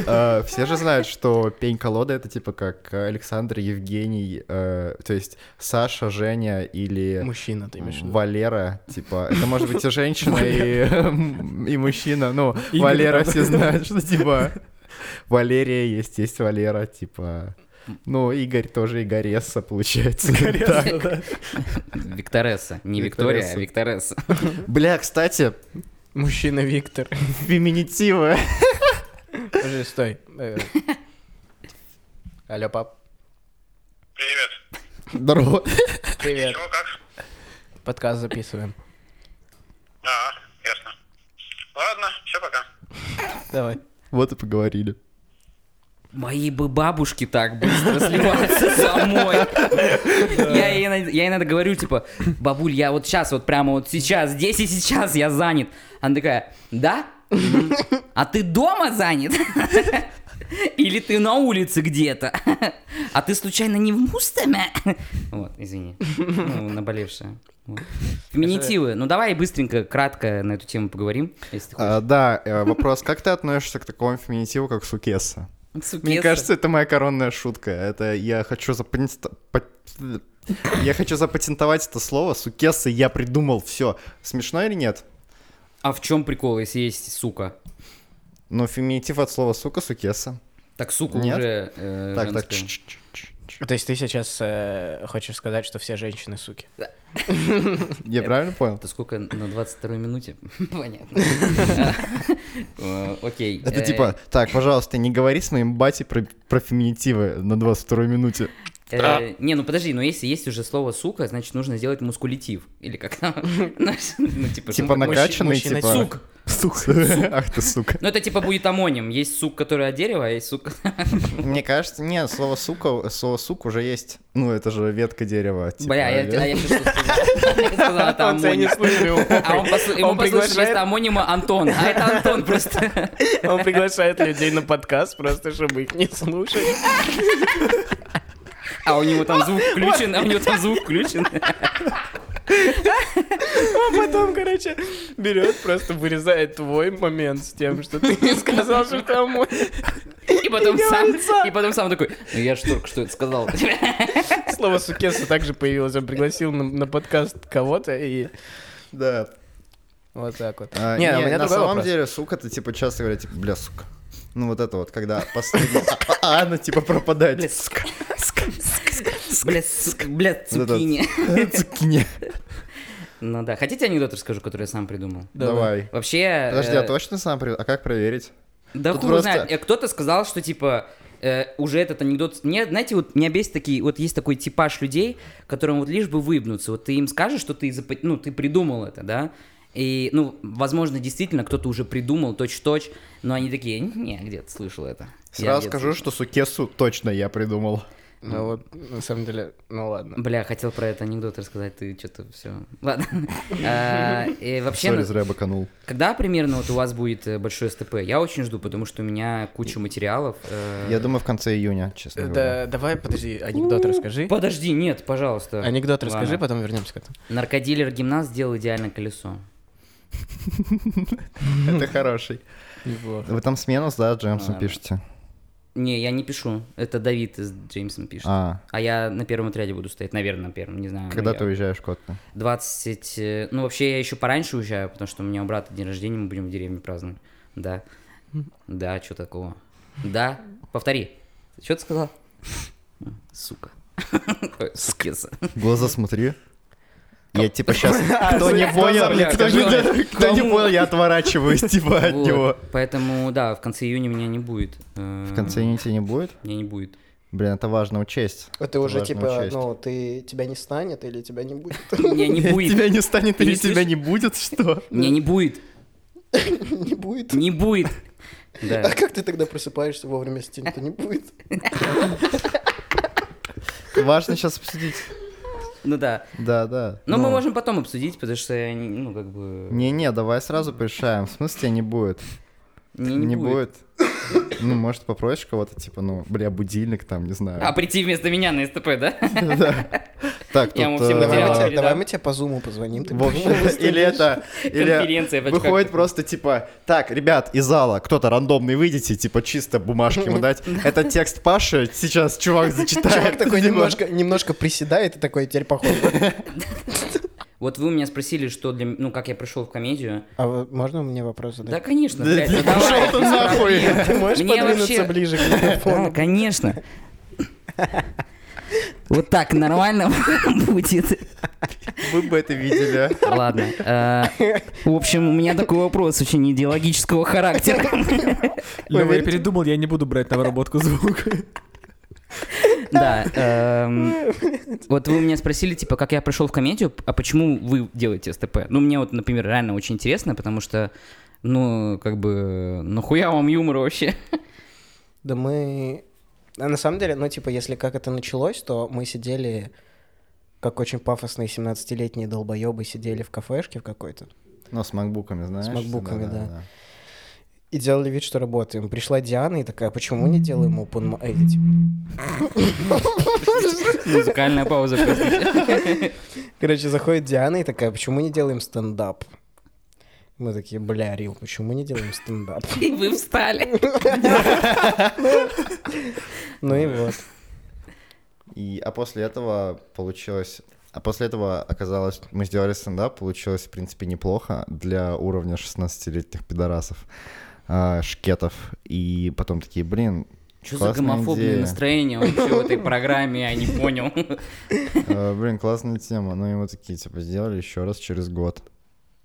[SPEAKER 2] Э, Все же знают, что пень-колода это типа как Александр, Евгений, э, то есть Саша, Женя или
[SPEAKER 3] Мужчина ты имеешь в виду?
[SPEAKER 2] Валера, типа, это может быть и женщина, и, м, и мужчина, ну,
[SPEAKER 3] Имя
[SPEAKER 2] Валера
[SPEAKER 3] там.
[SPEAKER 2] все знают, что, типа, Валерия есть, есть Валера, типа, ну, Игорь тоже Игоресса, получается. Да.
[SPEAKER 4] Викторесса. Не Виктория, а Викторесса.
[SPEAKER 2] Бля, кстати,
[SPEAKER 3] Мужчина Виктор.
[SPEAKER 2] феминитивы.
[SPEAKER 3] Подожди, стой. Э, Алло, пап.
[SPEAKER 5] Привет.
[SPEAKER 2] Здорово.
[SPEAKER 3] Привет.
[SPEAKER 5] Ну как?
[SPEAKER 3] Подкаст записываем.
[SPEAKER 5] А, ясно. Ладно, все, пока.
[SPEAKER 3] Давай.
[SPEAKER 2] Вот и поговорили.
[SPEAKER 4] Мои бы бабушки так быстро сливаются самой. Я ей иногда- я иногда говорю, типа, бабуль, я вот сейчас, вот прямо вот сейчас, здесь и сейчас я занят. Она такая, да? Мгм. А ты дома занят? Или ты на улице где-то? А ты случайно не в Мустоме? Вот, извини. Ну, наболевшая. Вот. Феминитивы. Ну, давай быстренько, кратко на эту тему поговорим, если ты хочешь.
[SPEAKER 2] А, да, э, вопрос, как ты относишься к такому феминитиву, как сукесса? А, Мне
[SPEAKER 4] Сукесса.
[SPEAKER 2] кажется, это моя коронная шутка. Это я хочу запатент- пат- Я хочу запатентовать это слово. Сукесса я придумал. Все. Смешно или нет?
[SPEAKER 4] А в чем прикол, если есть сука?
[SPEAKER 2] Ну, феминитив от слова сука, сукеса.
[SPEAKER 4] Так сука
[SPEAKER 2] Нет.
[SPEAKER 4] уже э,
[SPEAKER 2] Так, так.
[SPEAKER 4] женская.
[SPEAKER 2] чш, чш, чш, чш.
[SPEAKER 3] То есть ты сейчас э, хочешь сказать, что все женщины суки?
[SPEAKER 4] Э.
[SPEAKER 2] Я правильно понял?
[SPEAKER 4] Это сколько на 22 минуте? Понятно. Э, Окей.
[SPEAKER 2] Это
[SPEAKER 4] Э,
[SPEAKER 2] типа, так, пожалуйста, не говори с моим батей про, про феминитивы на 22 минуте.
[SPEAKER 4] э, Не, ну подожди, но если есть уже слово сука, значит нужно сделать мускулитив. Или как там? Знаешь, Ну, типа,
[SPEAKER 2] Типа
[SPEAKER 4] ну, как бы-
[SPEAKER 2] накачанный,
[SPEAKER 3] мужчина-
[SPEAKER 2] типа...
[SPEAKER 4] Сук.
[SPEAKER 2] Сука. Ах ты, сука.
[SPEAKER 4] Ну, это типа будет амоним. Есть сук, который от дерева, а есть сук...
[SPEAKER 2] Мне кажется, нет, слово сука, слово сук уже есть. Ну, это же ветка дерева. типа,
[SPEAKER 4] Бля, я- а я сейчас что сказал? Я сказал, это
[SPEAKER 3] Он тебя не
[SPEAKER 4] амоним.
[SPEAKER 3] слышал, его
[SPEAKER 4] А он
[SPEAKER 3] похуй.
[SPEAKER 4] посл- ему
[SPEAKER 3] Он
[SPEAKER 4] послышалось
[SPEAKER 3] приглашает-
[SPEAKER 4] это амонима Антон, а это Антон просто.
[SPEAKER 3] Он приглашает людей на подкаст просто, чтобы их не слушать.
[SPEAKER 4] А у него там звук включен, а у него там звук включен.
[SPEAKER 3] А потом, короче, берет, просто вырезает твой момент с тем, что ты не сказал, что там мой.
[SPEAKER 4] И потом сам, и потом сам такой, ну я же только что это сказал.
[SPEAKER 3] Слово сукеса также появилось. Он пригласил на, на подкаст кого-то и
[SPEAKER 2] Да.
[SPEAKER 3] вот так вот.
[SPEAKER 2] А,
[SPEAKER 3] Не, у меня
[SPEAKER 2] на
[SPEAKER 3] другой
[SPEAKER 2] самом
[SPEAKER 3] вопрос.
[SPEAKER 2] деле, сука, это типа часто говорят, типа, бля, сука. Ну вот это вот, когда последний... А, а, она типа пропадает.
[SPEAKER 4] Бля, сука, бля,
[SPEAKER 2] Вот это вот.
[SPEAKER 4] цукини.
[SPEAKER 2] Цукини.
[SPEAKER 4] Ну да, хотите анекдот расскажу, который я сам придумал?
[SPEAKER 2] Давай.
[SPEAKER 4] Вообще...
[SPEAKER 2] Подожди,
[SPEAKER 4] э,
[SPEAKER 2] а точно сам при- А как проверить?
[SPEAKER 4] Да
[SPEAKER 2] Тут
[SPEAKER 4] хуй
[SPEAKER 2] просто-
[SPEAKER 4] знает. Э, Кто-то сказал, что типа э, уже этот анекдот... Мне, знаете, вот меня бесит такие... Вот есть такой типаж людей, которым вот лишь бы выебнуться. Вот ты им скажешь, что ты, запо- ну, ты придумал это, да? И, ну, возможно, действительно кто-то уже придумал точь-в-точь, но они такие, не, где-то слышал это. Я
[SPEAKER 2] Сразу
[SPEAKER 4] где-то
[SPEAKER 2] скажу, что сукесу точно я придумал.
[SPEAKER 3] Ну вот, на самом деле, ну ладно.
[SPEAKER 4] Бля, хотел про этот анекдот рассказать, ты что-то все. Ладно. А, и Вообще,
[SPEAKER 2] Сори,
[SPEAKER 4] ну,
[SPEAKER 2] зря баканул.
[SPEAKER 4] когда примерно вот у вас будет э, большое СТП? Я очень жду, потому что у меня куча материалов. э.
[SPEAKER 2] Я думаю, в конце июня, честно говоря.
[SPEAKER 3] Да, давай, подожди, анекдот расскажи.
[SPEAKER 4] Подожди, нет, пожалуйста.
[SPEAKER 3] Анекдот расскажи,
[SPEAKER 4] Ладно.
[SPEAKER 3] потом вернемся к этому.
[SPEAKER 4] Наркодилер гимнаст сделал идеальное колесо.
[SPEAKER 2] Это хороший. Вы там смену, да, Джеймсом
[SPEAKER 4] Ладно.
[SPEAKER 2] пишете?
[SPEAKER 4] Не, я не пишу. Это Давид из Джеймсон пишет. А,
[SPEAKER 2] А,
[SPEAKER 4] я на первом отряде буду стоять, наверное, на первом, не знаю. но
[SPEAKER 2] когда
[SPEAKER 4] я-
[SPEAKER 2] ты уезжаешь, Котно?
[SPEAKER 4] 20... э, Ну, вообще, я еще пораньше уезжаю, потому что у меня у брата день рождения, мы будем в деревне праздновать. Да. Да, что такого? Да. Повтори. Что ты сказал? Сука. Ой, Сукеса.
[SPEAKER 2] В Глаза смотри. Я типа сейчас...
[SPEAKER 6] А,
[SPEAKER 2] Кто не понял,
[SPEAKER 4] бля,
[SPEAKER 2] кто не- кто не понял, я отворачиваюсь типа от
[SPEAKER 4] Вот,
[SPEAKER 2] него.
[SPEAKER 4] Поэтому, да, в конце июня меня не будет. Э,
[SPEAKER 2] В конце июня тебя не будет?
[SPEAKER 4] Меня не будет.
[SPEAKER 2] Блин, это важно учесть.
[SPEAKER 6] А ты уже
[SPEAKER 2] важно
[SPEAKER 6] типа,
[SPEAKER 2] учесть.
[SPEAKER 6] ну, ты тебя не станет или тебя не будет?
[SPEAKER 4] Меня не будет.
[SPEAKER 2] не станет
[SPEAKER 4] Ты не слышишь?
[SPEAKER 2] не будет, что?
[SPEAKER 4] Меня не будет.
[SPEAKER 6] Не будет.
[SPEAKER 4] Не будет.
[SPEAKER 6] А
[SPEAKER 4] Да.
[SPEAKER 6] как ты тогда просыпаешься вовремя, если тебя никто не будет?
[SPEAKER 2] Важно сейчас обсудить.
[SPEAKER 4] Ну да.
[SPEAKER 2] Да, да. Ну.
[SPEAKER 4] Но Ну, мы можем потом обсудить, потому что, я не- ну, как бы...
[SPEAKER 2] Не-не, давай сразу порешаем. В смысле тебя не будет?
[SPEAKER 4] Меня
[SPEAKER 2] Не будет. Ну, может, попросишь кого-то, типа, ну, бля, будильник там, не знаю.
[SPEAKER 4] А прийти вместо меня на СТП, да?
[SPEAKER 2] Да. Так,
[SPEAKER 4] Я ему
[SPEAKER 2] тут...
[SPEAKER 4] всем
[SPEAKER 2] э,
[SPEAKER 6] Давай мы
[SPEAKER 4] материал
[SPEAKER 6] тебе-
[SPEAKER 4] передам.
[SPEAKER 6] давай мы тебе по зуму позвоним. ты
[SPEAKER 2] В общем, или это... Или
[SPEAKER 4] Конференция в очках.
[SPEAKER 2] выходит просто типа, так, ребят, из зала кто-то рандомный выйдите, типа чисто бумажки ему дать. Это текст Паши, сейчас чувак зачитает.
[SPEAKER 6] Чувак такой
[SPEAKER 2] Типа,
[SPEAKER 6] немножко, немножко приседает и такой, теперь похоже.
[SPEAKER 4] Вот вы у меня спросили, что для... м- Ну, как я пришел в комедию.
[SPEAKER 6] А вот можно мне вопрос
[SPEAKER 4] Да,
[SPEAKER 6] задать?
[SPEAKER 4] конечно, блядь,
[SPEAKER 2] «Да
[SPEAKER 4] ну давай,
[SPEAKER 2] пошел ты
[SPEAKER 4] без
[SPEAKER 2] нахуй!»
[SPEAKER 4] проблем.
[SPEAKER 6] Ты можешь
[SPEAKER 4] Мне
[SPEAKER 6] подвинуться
[SPEAKER 4] вообще-
[SPEAKER 6] ближе к микрофону?
[SPEAKER 4] Да, конечно. Вот так нормально будет.
[SPEAKER 2] Вы бы это видели. а.
[SPEAKER 4] Ладно. э, В общем, у меня такой вопрос очень идеологического характера.
[SPEAKER 1] Лёва, я
[SPEAKER 6] Поверьте.
[SPEAKER 1] передумал, я не буду брать на выработку звук.
[SPEAKER 4] Да. эм, Вот вы у меня спросили, типа, как я пришел в комедию, а почему вы делаете СТП? Ну, мне вот, например, реально очень интересно, потому что, ну, как бы, нахуя вам юмор вообще?
[SPEAKER 6] Да мы... А на самом деле, ну, типа, если как это началось, то мы сидели, как очень пафосные 17-летние долбоебы сидели в кафешке в какой-то
[SPEAKER 2] Ну, с макбуками, знаешь.
[SPEAKER 6] С макбуками, да.
[SPEAKER 2] да.
[SPEAKER 6] и делали вид, что работаем. Пришла Диана и такая, почему не делаем open mic?» Э, типа,
[SPEAKER 4] Музыкальная пауза.
[SPEAKER 6] Короче, заходит Диана и такая, почему не делаем стендап? Мы такие, бля, Рил, почему не делаем стендап?
[SPEAKER 4] И вы встали.
[SPEAKER 6] Ну и вот. Ну
[SPEAKER 2] И, а после этого получилось А после этого оказалось, мы сделали стендап, получилось, в принципе, неплохо для уровня 16-летних пидорасов, а, шкетов. И потом такие, блин,
[SPEAKER 4] Что за
[SPEAKER 2] классная
[SPEAKER 4] гомофобное
[SPEAKER 2] идея.
[SPEAKER 4] настроение вообще в этой программе, я не понял.
[SPEAKER 2] Э, Блин, классная тема. Ну, и мы такие, типа, сделали еще раз через год.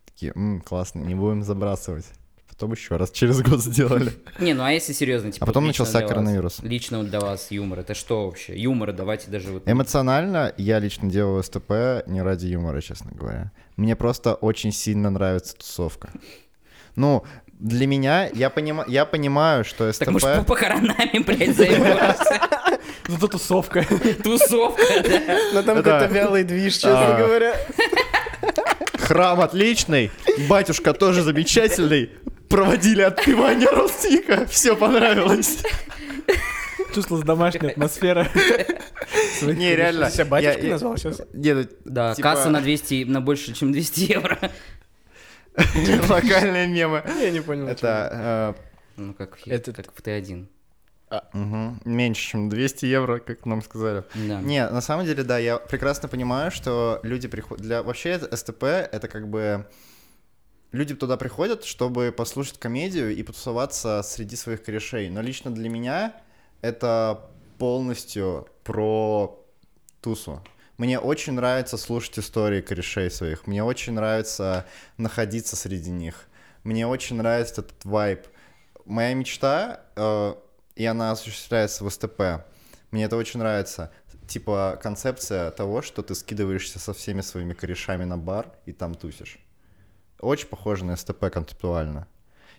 [SPEAKER 2] Такие, «М, классно, не будем забрасывать. Потом еще раз через год сделали.
[SPEAKER 4] Не, ну а если серьезно,
[SPEAKER 2] А
[SPEAKER 4] типа...
[SPEAKER 2] потом
[SPEAKER 4] лично
[SPEAKER 2] начался
[SPEAKER 4] для вас-
[SPEAKER 2] коронавирус.
[SPEAKER 4] Лично вот для вас юмор, это что вообще? Юмор давайте даже вот...
[SPEAKER 2] Эмоционально я лично делаю СТП не ради юмора, честно говоря. Мне просто очень сильно нравится тусовка. Ну, для меня, я, понима- я понимаю, что СТП...
[SPEAKER 4] Так может по похоронами, блядь, займемся?
[SPEAKER 1] Зато тусовка.
[SPEAKER 4] Тусовка, да?
[SPEAKER 6] Ну,
[SPEAKER 3] Но
[SPEAKER 2] Да.
[SPEAKER 3] там какой-то вялый движ, честно
[SPEAKER 2] А.
[SPEAKER 3] говоря.
[SPEAKER 2] Храм отличный, батюшка тоже замечательный. Проводили отпевание Ростика, все понравилось.
[SPEAKER 1] Чувствовалась домашняя атмосфера.
[SPEAKER 2] Не, реально.
[SPEAKER 3] Себя батюшкой
[SPEAKER 2] я-
[SPEAKER 3] назвал сейчас?
[SPEAKER 2] Не, ну,
[SPEAKER 4] Да,
[SPEAKER 2] типа,
[SPEAKER 4] касса на 200, на больше, чем 200 евро.
[SPEAKER 2] Локальные ну, мемы.
[SPEAKER 3] Я не понял.
[SPEAKER 2] Это
[SPEAKER 4] Ну как, в-
[SPEAKER 7] Этот-
[SPEAKER 4] как в Т1.
[SPEAKER 2] э, мгм, меньше, чем 200 евро, как нам сказали.
[SPEAKER 4] Да.
[SPEAKER 2] Не, на самом деле, да, я прекрасно понимаю, что люди приходят... Для... Вообще, это СТП — это как бы... Люди туда приходят, чтобы послушать комедию и потусоваться среди своих корешей. Но лично для меня это полностью про тусу. Мне очень нравится слушать истории корешей своих. Мне очень нравится находиться среди них. Мне очень нравится этот вайб. Моя мечта, э, и она осуществляется в СТП. Мне это очень нравится. Типа концепция того, что ты скидываешься со всеми своими корешами на бар и там тусишь. Очень похоже на СТП концептуально.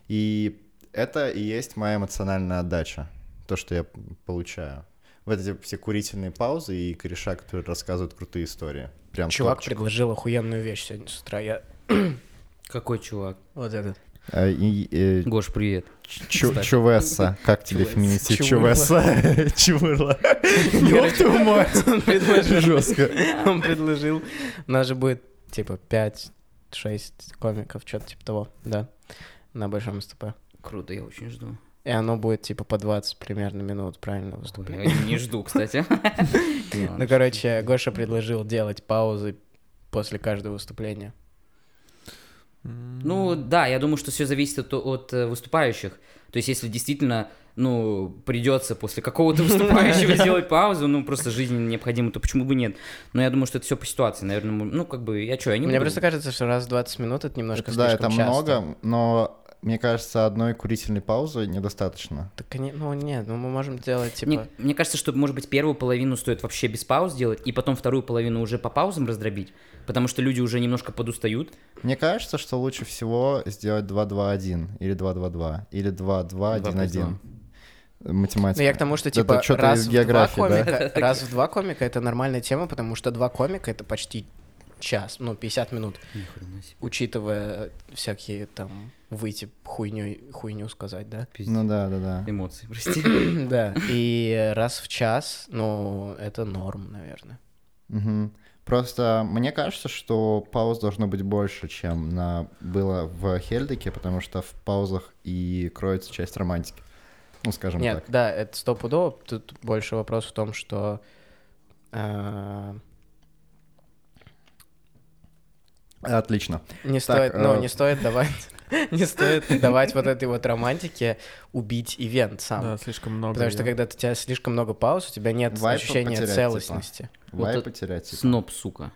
[SPEAKER 2] И это и есть моя эмоциональная отдача. То, что я получаю. Вот эти все курительные паузы и кореша, которые рассказывают крутые истории. Прям
[SPEAKER 3] Чувак
[SPEAKER 2] топчик.
[SPEAKER 3] предложил охуенную вещь сегодня с утра. Я...
[SPEAKER 4] Какой чувак?
[SPEAKER 3] Вот этот.
[SPEAKER 2] А, и, э,
[SPEAKER 4] Гош, привет.
[SPEAKER 2] Чу- Чувеса. Как тебе
[SPEAKER 4] Чувес.
[SPEAKER 2] феминитив
[SPEAKER 3] Чувырла.
[SPEAKER 2] Чувеса? Чувырла. Ёб твою мать.
[SPEAKER 3] Он предложил.
[SPEAKER 2] Жестко.
[SPEAKER 3] Он предложил. У нас же будет, типа, 5-6 комиков, что-то типа того, да, на большом СТП.
[SPEAKER 4] Круто, я очень жду.
[SPEAKER 3] И оно будет, типа, по 20 примерно минут, правильно,
[SPEAKER 4] Ой,
[SPEAKER 3] выступление.
[SPEAKER 4] я не жду, кстати.
[SPEAKER 3] Ну, короче, Гоша предложил делать паузы после каждого выступления.
[SPEAKER 4] Ну да, я думаю, что все зависит от, от, э, выступающих. То есть, если действительно, ну, придется после какого-то выступающего сделать паузу, ну, просто жизненно необходимо, то почему бы нет? Но я думаю, что это все по ситуации, наверное, мы- ну, как бы, я что, я не
[SPEAKER 3] Мне
[SPEAKER 4] буду-
[SPEAKER 3] просто кажется, что раз в 20 минут это немножко
[SPEAKER 2] Это Да,
[SPEAKER 3] слишком
[SPEAKER 2] это
[SPEAKER 3] часто.
[SPEAKER 2] много, но мне кажется, одной курительной паузы недостаточно.
[SPEAKER 3] Так, они- ну нет, ну мы можем делать, типа...
[SPEAKER 4] Мне, мне кажется, что, может быть, первую половину стоит вообще без пауз делать, и потом вторую половину уже по паузам раздробить, потому что люди уже немножко подустают.
[SPEAKER 2] Мне кажется, что лучше всего сделать 2-2-1 или 2-2-2 или 2-2-1-1. Математика.
[SPEAKER 3] Ну, я к тому, что,
[SPEAKER 2] Это
[SPEAKER 3] типа,
[SPEAKER 2] чё-то
[SPEAKER 3] раз
[SPEAKER 2] из
[SPEAKER 3] в, два
[SPEAKER 2] географии, да?
[SPEAKER 3] комика, раз в два комика это нормальная тема, потому что два комика это почти час, ну, 50 минут, учитывая всякие там выйти хуйню, хуйню сказать, да?
[SPEAKER 2] Ну да, да, да.
[SPEAKER 4] Эмоции, прости.
[SPEAKER 3] Да. И раз в час, ну, это норм, наверное.
[SPEAKER 2] Мгм. Просто мне кажется, что пауз должно быть больше, чем на... было в Хельдике, потому что в паузах и кроется часть романтики. Ну, скажем
[SPEAKER 3] Нет,
[SPEAKER 2] так.
[SPEAKER 3] да, это стопудово. Тут больше вопрос в том, что э,
[SPEAKER 2] Отлично.
[SPEAKER 3] не
[SPEAKER 2] Так,
[SPEAKER 3] стоит, ну,
[SPEAKER 2] э,
[SPEAKER 3] не стоит давать, не стоит давать вот этой вот романтике убить ивент сам.
[SPEAKER 1] Да, слишком много.
[SPEAKER 3] Потому что
[SPEAKER 1] её.
[SPEAKER 3] когда у тебя слишком много пауз, у тебя нет
[SPEAKER 2] Вайпа
[SPEAKER 3] ощущения
[SPEAKER 2] потерять,
[SPEAKER 3] целостности.
[SPEAKER 4] Вот
[SPEAKER 2] Вайп
[SPEAKER 4] это-
[SPEAKER 2] потерять. типа.
[SPEAKER 4] Сноп, сука.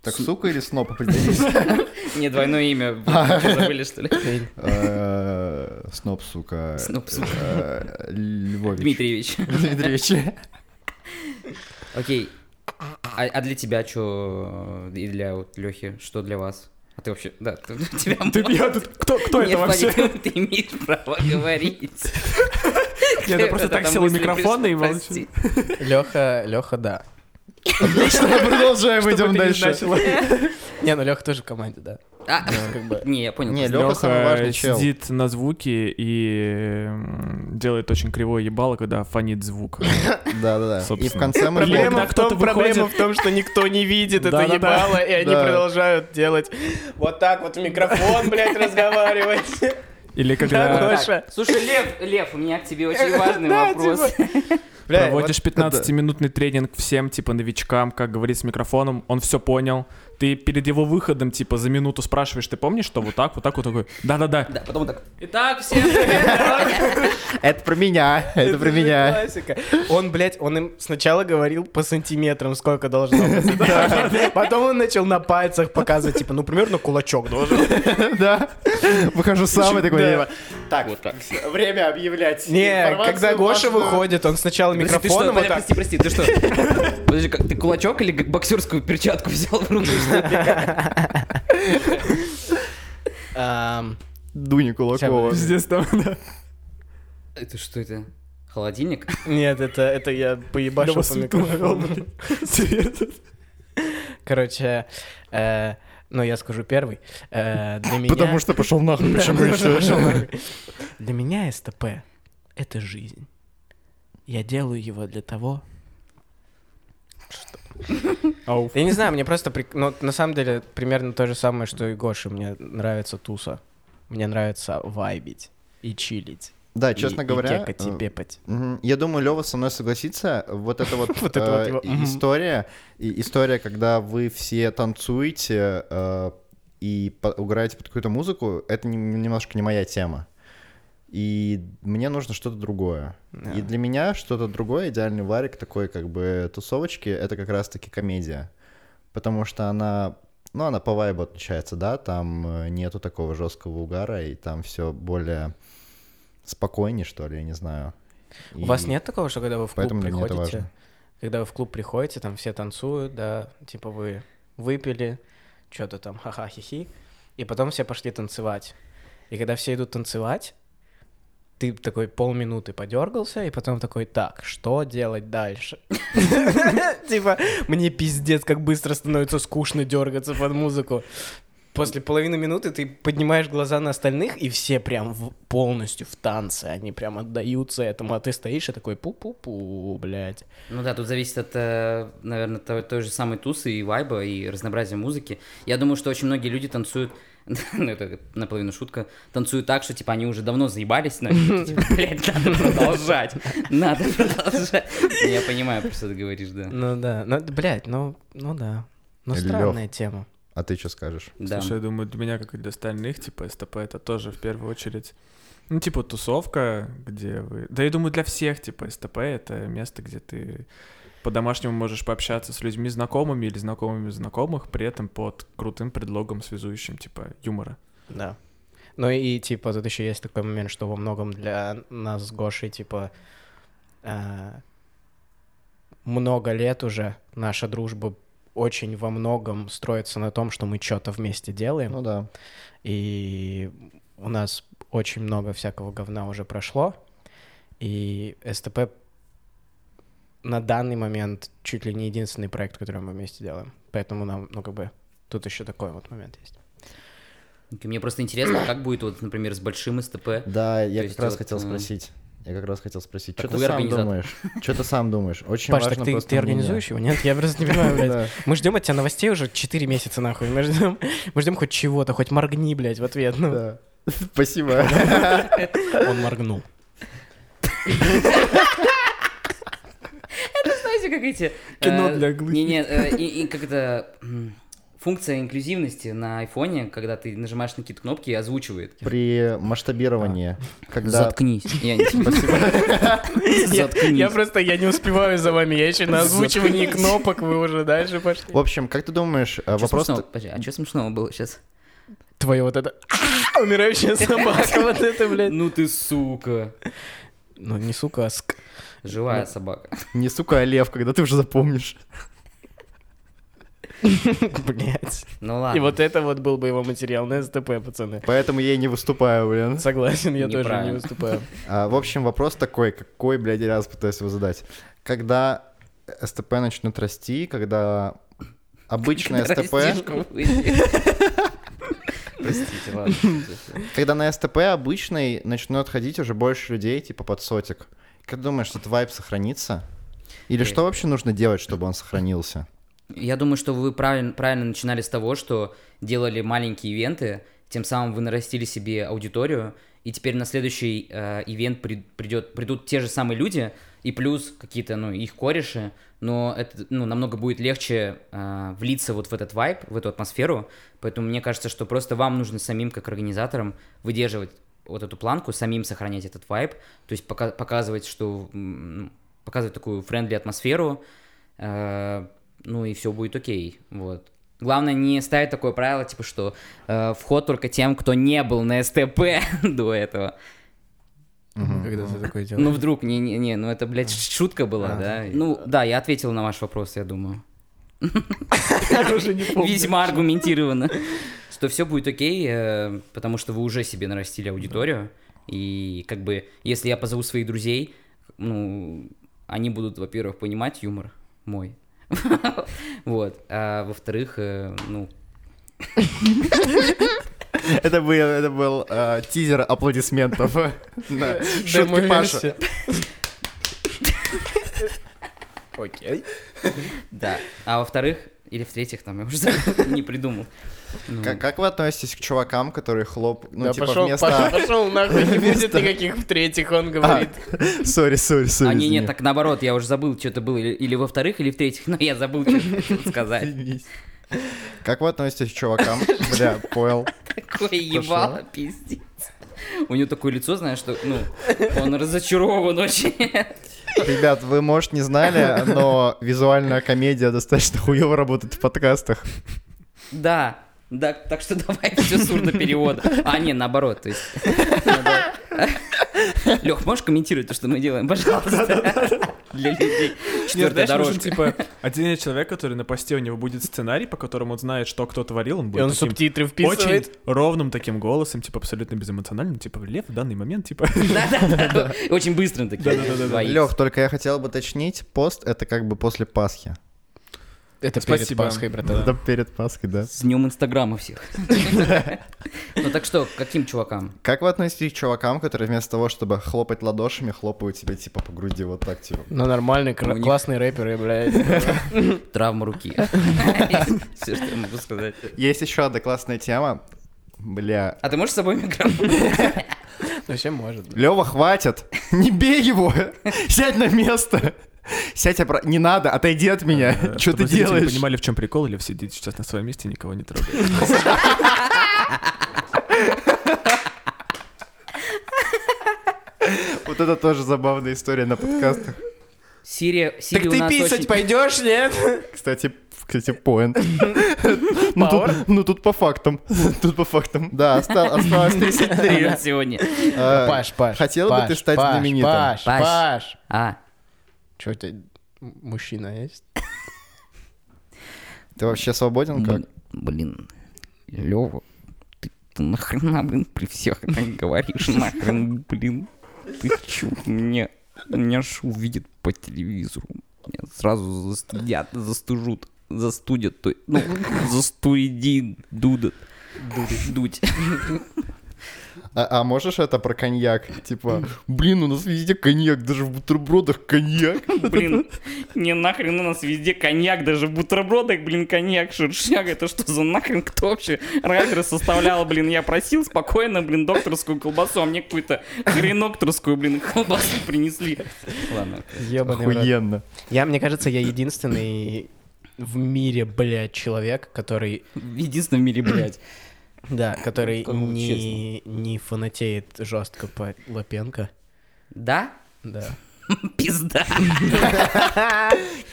[SPEAKER 2] Так сука или сноп определись?
[SPEAKER 4] Не, двойное имя. Забыли, что ли?
[SPEAKER 2] Э, Сноп, сука.
[SPEAKER 4] Сноп, сука.
[SPEAKER 2] э, Львович.
[SPEAKER 4] Дмитриевич.
[SPEAKER 2] Дмитриевич.
[SPEAKER 4] Окей. А, а для тебя что? И для вот, Лехи, что для вас? А ты вообще... Да, ты, тебя...
[SPEAKER 1] Ты, я тут... Кто, кто
[SPEAKER 4] Нет,
[SPEAKER 1] это
[SPEAKER 4] в плане,
[SPEAKER 1] вообще?
[SPEAKER 4] Ты, ты имеешь право говорить.
[SPEAKER 1] Нет, я просто
[SPEAKER 4] Это
[SPEAKER 1] так
[SPEAKER 4] там
[SPEAKER 1] сел у
[SPEAKER 4] мысли
[SPEAKER 1] микрофона и
[SPEAKER 4] пришли,
[SPEAKER 1] молчу.
[SPEAKER 4] прости.
[SPEAKER 3] типа. Леха, Леха, да.
[SPEAKER 2] Продолжаем,
[SPEAKER 1] Чтобы ты
[SPEAKER 2] идем
[SPEAKER 1] не
[SPEAKER 2] дальше.
[SPEAKER 1] начала.
[SPEAKER 3] Не, ну Леха тоже в команде, да.
[SPEAKER 4] А,
[SPEAKER 3] Ну, как бы.
[SPEAKER 4] Не, я понял.
[SPEAKER 2] Не,
[SPEAKER 4] просто.
[SPEAKER 2] Лёха самый важный чел.
[SPEAKER 1] сидит на звуке и м, делает очень кривое ебало, когда фонит звук.
[SPEAKER 2] Да-да-да. И в
[SPEAKER 1] Собственно.
[SPEAKER 2] конце мы...
[SPEAKER 1] Проблема
[SPEAKER 2] ждем.
[SPEAKER 1] в том- проблема
[SPEAKER 3] в том, что никто не видит
[SPEAKER 1] это ебало,
[SPEAKER 3] и
[SPEAKER 2] они Да.
[SPEAKER 3] продолжают делать вот так вот в микрофон, блядь, разговаривать.
[SPEAKER 1] Или когда...
[SPEAKER 3] Да,
[SPEAKER 1] типа.
[SPEAKER 4] Так, Слушай, Лев, Лев, у меня к тебе очень важный
[SPEAKER 3] Да,
[SPEAKER 4] вопрос.
[SPEAKER 6] Бля,
[SPEAKER 1] Проводишь 15-минутный тренинг всем, типа, новичкам, как говорить с микрофоном, он все понял. Ты перед его выходом, типа, за минуту спрашиваешь, ты помнишь, что вот так, вот так, вот такой, да-да-да.
[SPEAKER 2] Да, потом так.
[SPEAKER 4] Итак, всем привет,
[SPEAKER 2] Это про меня, это про
[SPEAKER 3] же
[SPEAKER 2] меня.
[SPEAKER 3] Классика. Он, блядь, он им сначала говорил по сантиметрам, сколько должно быть. Потом он начал на пальцах показывать, типа, ну, примерно кулачок должен.
[SPEAKER 2] Да. Выхожу сам и такой.
[SPEAKER 3] Да.
[SPEAKER 2] типа, Так, вот так. Время объявлять.
[SPEAKER 3] Не,
[SPEAKER 2] информацию
[SPEAKER 3] когда Гоша
[SPEAKER 2] важную».
[SPEAKER 3] выходит, он сначала
[SPEAKER 4] Подожди, ты что,
[SPEAKER 3] микрофоном вот
[SPEAKER 4] подожди,
[SPEAKER 3] так.
[SPEAKER 4] Прости, прости, ты что? Подожди, как, ты кулачок или г- боксерскую перчатку взял в руки? что ли?
[SPEAKER 3] Ам,
[SPEAKER 2] Дуни Кулакова.
[SPEAKER 1] Пиздец там, да.
[SPEAKER 4] Это что это? Холодильник?
[SPEAKER 3] Нет, это, это я поебашил по микрофону. Короче, э, ну я скажу первый. Э, для меня...
[SPEAKER 2] Потому что пошел нахуй, почему
[SPEAKER 3] Потому что
[SPEAKER 2] еще?
[SPEAKER 3] нахуй. Для меня СТП — это жизнь. Я делаю его для того...
[SPEAKER 1] Ауф.
[SPEAKER 3] Я не знаю, мне просто... прик- Ну, на самом деле, примерно то же самое, что и Гоша. Мне нравится туса. Мне нравится вайбить и чилить.
[SPEAKER 2] Да,
[SPEAKER 3] и-
[SPEAKER 2] честно
[SPEAKER 3] и
[SPEAKER 2] говоря,
[SPEAKER 3] кекать,
[SPEAKER 2] э,
[SPEAKER 3] и пепать.
[SPEAKER 2] Мгм. Я думаю, Лева со мной согласится. Вот это вот,
[SPEAKER 3] Вот это вот
[SPEAKER 2] э,
[SPEAKER 3] его,
[SPEAKER 2] и-
[SPEAKER 3] мгм.
[SPEAKER 2] история, и история, когда вы все танцуете э, и по- угораете под какую-то музыку, это не- немножко не моя тема. И мне нужно что-то другое. И для меня что-то другое, идеальный варик такой как бы тусовочки, это как раз-таки комедия. Потому что она, ну, она по вайбу отличается, да, там э, нету такого жесткого угара, и там все более спокойнее, что ли, я не знаю.
[SPEAKER 3] У вас
[SPEAKER 2] И-
[SPEAKER 3] нет такого, что когда вы в клуб
[SPEAKER 2] поэтому для меня это
[SPEAKER 3] приходите,
[SPEAKER 2] важно.
[SPEAKER 3] когда вы в клуб приходите, там все танцуют, да, типа вы выпили, что-то там ха-ха-хи-хи, и потом все пошли танцевать. И когда все идут танцевать, ты такой полминуты подергался, и потом такой, так, что делать дальше? Типа, мне пиздец, как быстро становится скучно дергаться под музыку. После половины минуты ты поднимаешь глаза на остальных, и все прям в- полностью в танце, они прям отдаются этому, а ты стоишь и такой пу-пу-пу, блядь.
[SPEAKER 4] Ну да, тут зависит от, наверное, той, той же самой тусы и вайба, и разнообразия музыки. Я думаю, что очень многие люди танцуют, ну это наполовину шутка, танцуют так, что типа они уже давно заебались, но они, типа, блядь, надо продолжать, надо продолжать. Ну, Я понимаю, про что ты говоришь, да.
[SPEAKER 3] Ну да, ну, блядь, ну, ну да. Ну,
[SPEAKER 2] Лёв.
[SPEAKER 3] странная тема.
[SPEAKER 2] А ты что скажешь?
[SPEAKER 4] Да.
[SPEAKER 1] Слушай, я думаю, для меня, как и для остальных, типа, СТП это тоже в первую очередь, ну, типа, тусовка, где вы... Да я думаю, для всех, типа, СТП — это место, где ты по-домашнему можешь пообщаться с людьми знакомыми или знакомыми знакомых, при этом под крутым предлогом, связующим, типа, юмора.
[SPEAKER 3] Да. Ну и типа тут еще есть такой момент, что во многом для нас с Гошей, типа, э, много лет уже наша дружба очень во многом строится на том, что мы что-то вместе делаем.
[SPEAKER 2] Ну да.
[SPEAKER 3] И у нас очень много всякого говна уже прошло. И СТП на данный момент чуть ли не единственный проект, который мы вместе делаем. Поэтому нам, ну как бы, тут еще такой вот момент есть.
[SPEAKER 4] Мне просто интересно, как будет, вот, например, с большим СТП.
[SPEAKER 2] Да, я
[SPEAKER 4] есть
[SPEAKER 2] как раз
[SPEAKER 4] вот,
[SPEAKER 2] хотел
[SPEAKER 4] м,
[SPEAKER 2] спросить. Я как раз хотел спросить,
[SPEAKER 4] так
[SPEAKER 2] что ты
[SPEAKER 4] вы
[SPEAKER 2] сам
[SPEAKER 4] организатор.
[SPEAKER 2] думаешь? Что ты сам думаешь? Очень
[SPEAKER 3] Паш,
[SPEAKER 2] важно
[SPEAKER 3] так ты,
[SPEAKER 2] просто
[SPEAKER 3] ты
[SPEAKER 2] мнение.
[SPEAKER 3] организуешь его? Нет, я просто не понимаю, блядь.
[SPEAKER 2] Да.
[SPEAKER 3] Мы ждем от тебя новостей уже 4 месяца, нахуй. Мы ждем, мы ждем хоть чего-то, хоть моргни, блядь, в ответ. Ну,
[SPEAKER 2] Да. Спасибо.
[SPEAKER 3] Он моргнул.
[SPEAKER 4] Знаете, как эти...
[SPEAKER 1] Кино
[SPEAKER 4] э,
[SPEAKER 1] для глухих.
[SPEAKER 4] Не-не, э, и и как это... м, Функция инклюзивности на айфоне, когда ты нажимаешь на какие-то кнопки и озвучивает.
[SPEAKER 2] При масштабировании, когда...
[SPEAKER 4] Заткнись. Я не- Заткнись.
[SPEAKER 3] Я просто, я не успеваю за вами, я еще на озвучивании
[SPEAKER 4] Заткнись.
[SPEAKER 3] кнопок, вы уже дальше пошли.
[SPEAKER 2] В общем, как ты думаешь, э,
[SPEAKER 4] Чё
[SPEAKER 2] вопрос...
[SPEAKER 4] смешного? Подожди, а что смешного было сейчас?
[SPEAKER 3] Твое вот это... Умирающая собака, вот это, блядь.
[SPEAKER 4] Ну ты сука.
[SPEAKER 3] Ну, не сука, а ск.
[SPEAKER 4] Живая собака.
[SPEAKER 2] Не сука, а лев, когда ты уже запомнишь.
[SPEAKER 3] Блядь.
[SPEAKER 4] Ну
[SPEAKER 3] И
[SPEAKER 4] ладно.
[SPEAKER 3] вот это вот был бы его материал на СТП, пацаны.
[SPEAKER 2] Поэтому я и не выступаю, блин.
[SPEAKER 3] Согласен, я тоже не
[SPEAKER 4] Неправильно.
[SPEAKER 3] выступаю.
[SPEAKER 2] А, в общем, вопрос такой, какой, блядь, я раз пытаюсь его задать. Когда э, СТП начнут расти, когда обычное
[SPEAKER 4] Когда
[SPEAKER 2] СТП...
[SPEAKER 4] растишка выйдет. Простите, ладно.
[SPEAKER 2] Когда на СТП обычный начнет ходить уже больше людей, типа под сотик. Как думаешь, этот вайб сохранится? Или
[SPEAKER 4] Э.
[SPEAKER 2] что вообще нужно делать, чтобы он сохранился?
[SPEAKER 4] Я думаю, что вы правильно, правильно начинали с того, что делали маленькие ивенты, тем самым вы нарастили себе аудиторию, и теперь на следующий э, ивент при- придет, придут те же самые люди, и плюс какие-то, ну, их кореши, но это, ну, намного будет легче э, влиться вот в этот вайб, в эту атмосферу, поэтому мне кажется, что просто вам нужно самим, как организаторам, выдерживать вот эту планку, самим сохранять этот вайб, то есть пока- показывать, что, м, ну, показывать такую френдли атмосферу, э, ну, и все будет окей, вот. Главное не ставить такое правило, типа, что э, вход только тем, кто не был на СТП до этого.
[SPEAKER 3] Когда ты такое
[SPEAKER 4] Ну,
[SPEAKER 3] делаешь.
[SPEAKER 4] вдруг, не-не-не, ну это, блядь, ш- шутка была,
[SPEAKER 3] А.
[SPEAKER 4] да? Ну, да, я ответил на ваш вопрос, я думаю. Весьма аргументированно. Что все будет окей, э, потому что вы уже себе нарастили аудиторию. И как бы, если я позову своих друзей, ну, они будут, во-первых, понимать юмор мой. Вот. А во-вторых, э, ну,
[SPEAKER 2] Это был, это был э, тизер аплодисментов на шутки Паши.
[SPEAKER 3] Окей.
[SPEAKER 4] да. А во-вторых, или в-третьих, там, я уже забыл, не придумал. Ну,
[SPEAKER 2] Как, как вы относитесь к чувакам, которые хлоп... Ну,
[SPEAKER 3] Да,
[SPEAKER 2] типа
[SPEAKER 3] пошел,
[SPEAKER 2] вместо...
[SPEAKER 3] пошел, пошел, нахуй, не будет
[SPEAKER 2] Вместо-
[SPEAKER 3] никаких в-третьих, он
[SPEAKER 2] А,
[SPEAKER 3] говорит.
[SPEAKER 2] Сори, сори, сори.
[SPEAKER 4] А не, не,
[SPEAKER 2] извини.
[SPEAKER 4] так наоборот, я уже забыл, что это было или, или во-вторых, или в-третьих, но я забыл, что я хотел сказать.
[SPEAKER 2] Извинись. Как вы относитесь к чувакам? Бля, понял.
[SPEAKER 4] Такое ебало, пиздец. У него такое лицо, знаешь, что, ну, он разочарован очень.
[SPEAKER 2] Ребят, вы, может, не знали, но визуальная комедия достаточно хуево работает в подкастах.
[SPEAKER 4] Да, да, так что давай все сурдо перевода. А, не, наоборот, то есть. Лех, можешь комментировать то, что мы делаем, пожалуйста? Для людей.
[SPEAKER 1] Нет,
[SPEAKER 4] Четвертая
[SPEAKER 1] знаешь, нужен,
[SPEAKER 4] дорожка.
[SPEAKER 1] типа, один человек, который на посте, у него будет сценарий, по которому он знает, что кто творил, он
[SPEAKER 3] И
[SPEAKER 1] будет
[SPEAKER 3] он
[SPEAKER 1] таким
[SPEAKER 3] субтитры
[SPEAKER 1] типа очень
[SPEAKER 3] вписывает.
[SPEAKER 1] ровным таким голосом, типа, абсолютно безэмоциональным, типа, Лев в данный момент, типа...
[SPEAKER 4] Да-да-да. Очень быстро такие.
[SPEAKER 1] Да-да-да-да.
[SPEAKER 4] двоих.
[SPEAKER 2] Лех, только я хотел бы уточнить, пост — это как бы после Пасхи.
[SPEAKER 3] Это перед
[SPEAKER 1] Спасибо.
[SPEAKER 3] Пасхой, братан.
[SPEAKER 1] Да.
[SPEAKER 2] Это перед Пасхой, да.
[SPEAKER 4] С днем Инстаграма всех. Ну так что, к каким чувакам?
[SPEAKER 2] Как вы относитесь к чувакам, которые вместо того, чтобы хлопать ладошами, хлопают тебе типа по груди вот так, типа?
[SPEAKER 3] Ну, нормальный, кра-
[SPEAKER 4] У них-
[SPEAKER 3] классный рэпер, и, блядь.
[SPEAKER 4] Травма руки. Все, что я могу сказать.
[SPEAKER 2] Есть еще одна классная тема. Бля.
[SPEAKER 4] А ты можешь с собой микрофон?
[SPEAKER 3] Ну, всем может.
[SPEAKER 2] Лева, хватит! Не бей его! Сядь на место! Сядь, обра- не надо, отойди от меня. Что ты
[SPEAKER 1] Э, Чтобы зрители
[SPEAKER 2] делаешь?
[SPEAKER 1] понимали, в чем прикол, Лев сидит сейчас на своем месте, никого не трогает.
[SPEAKER 2] Вот это тоже забавная история на подкастах.
[SPEAKER 4] Сирия,
[SPEAKER 3] Так
[SPEAKER 4] Сирия у
[SPEAKER 3] ты
[SPEAKER 4] нас
[SPEAKER 3] писать
[SPEAKER 4] очень-
[SPEAKER 3] пойдешь, нет?
[SPEAKER 2] Кстати, кстати, поинт. Ну тут, ну тут по фактам. Тут по фактам. Да, оста- осталось 33.
[SPEAKER 4] Блин, сегодня.
[SPEAKER 2] Э,
[SPEAKER 3] Паш, Паш.
[SPEAKER 2] Хотел бы
[SPEAKER 3] Паш,
[SPEAKER 2] ты стать
[SPEAKER 3] Паш,
[SPEAKER 2] знаменитым?
[SPEAKER 3] Паш,
[SPEAKER 4] Паш.
[SPEAKER 3] Паш.
[SPEAKER 4] А,
[SPEAKER 3] Че у тебя м- мужчина есть?
[SPEAKER 2] Ты вообще
[SPEAKER 3] Ну
[SPEAKER 2] свободен как?
[SPEAKER 4] Блин, Блин, Лёва, ты, ты нахрена, блин, при всех это говоришь, нахрен, блин, ты чё, меня, меня ж увидят по телевизору, меня сразу застудят, застужут, застудят, то, ну, застуди, дудат, дуть.
[SPEAKER 2] А, а можешь это про коньяк? Типа, блин, у нас везде коньяк, даже в бутербродах коньяк.
[SPEAKER 4] Блин, не нахрен у нас везде коньяк, даже в бутербродах, блин, коньяк, шершняк, это что за нахрен, кто вообще райдеры составлял, блин, я просил спокойно, блин, докторскую колбасу, а мне какую-то хренокторскую, блин, колбасу принесли. Ладно.
[SPEAKER 3] Ебаный в рот.
[SPEAKER 2] Охуенно.
[SPEAKER 3] Я, мне кажется, я единственный в мире, блядь, человек, который,
[SPEAKER 4] Единственное в мире, блядь.
[SPEAKER 3] да, который
[SPEAKER 4] Как бы
[SPEAKER 3] не, не фанатеет жестко по Лапенко.
[SPEAKER 4] Да?
[SPEAKER 3] Да.
[SPEAKER 4] Пизда.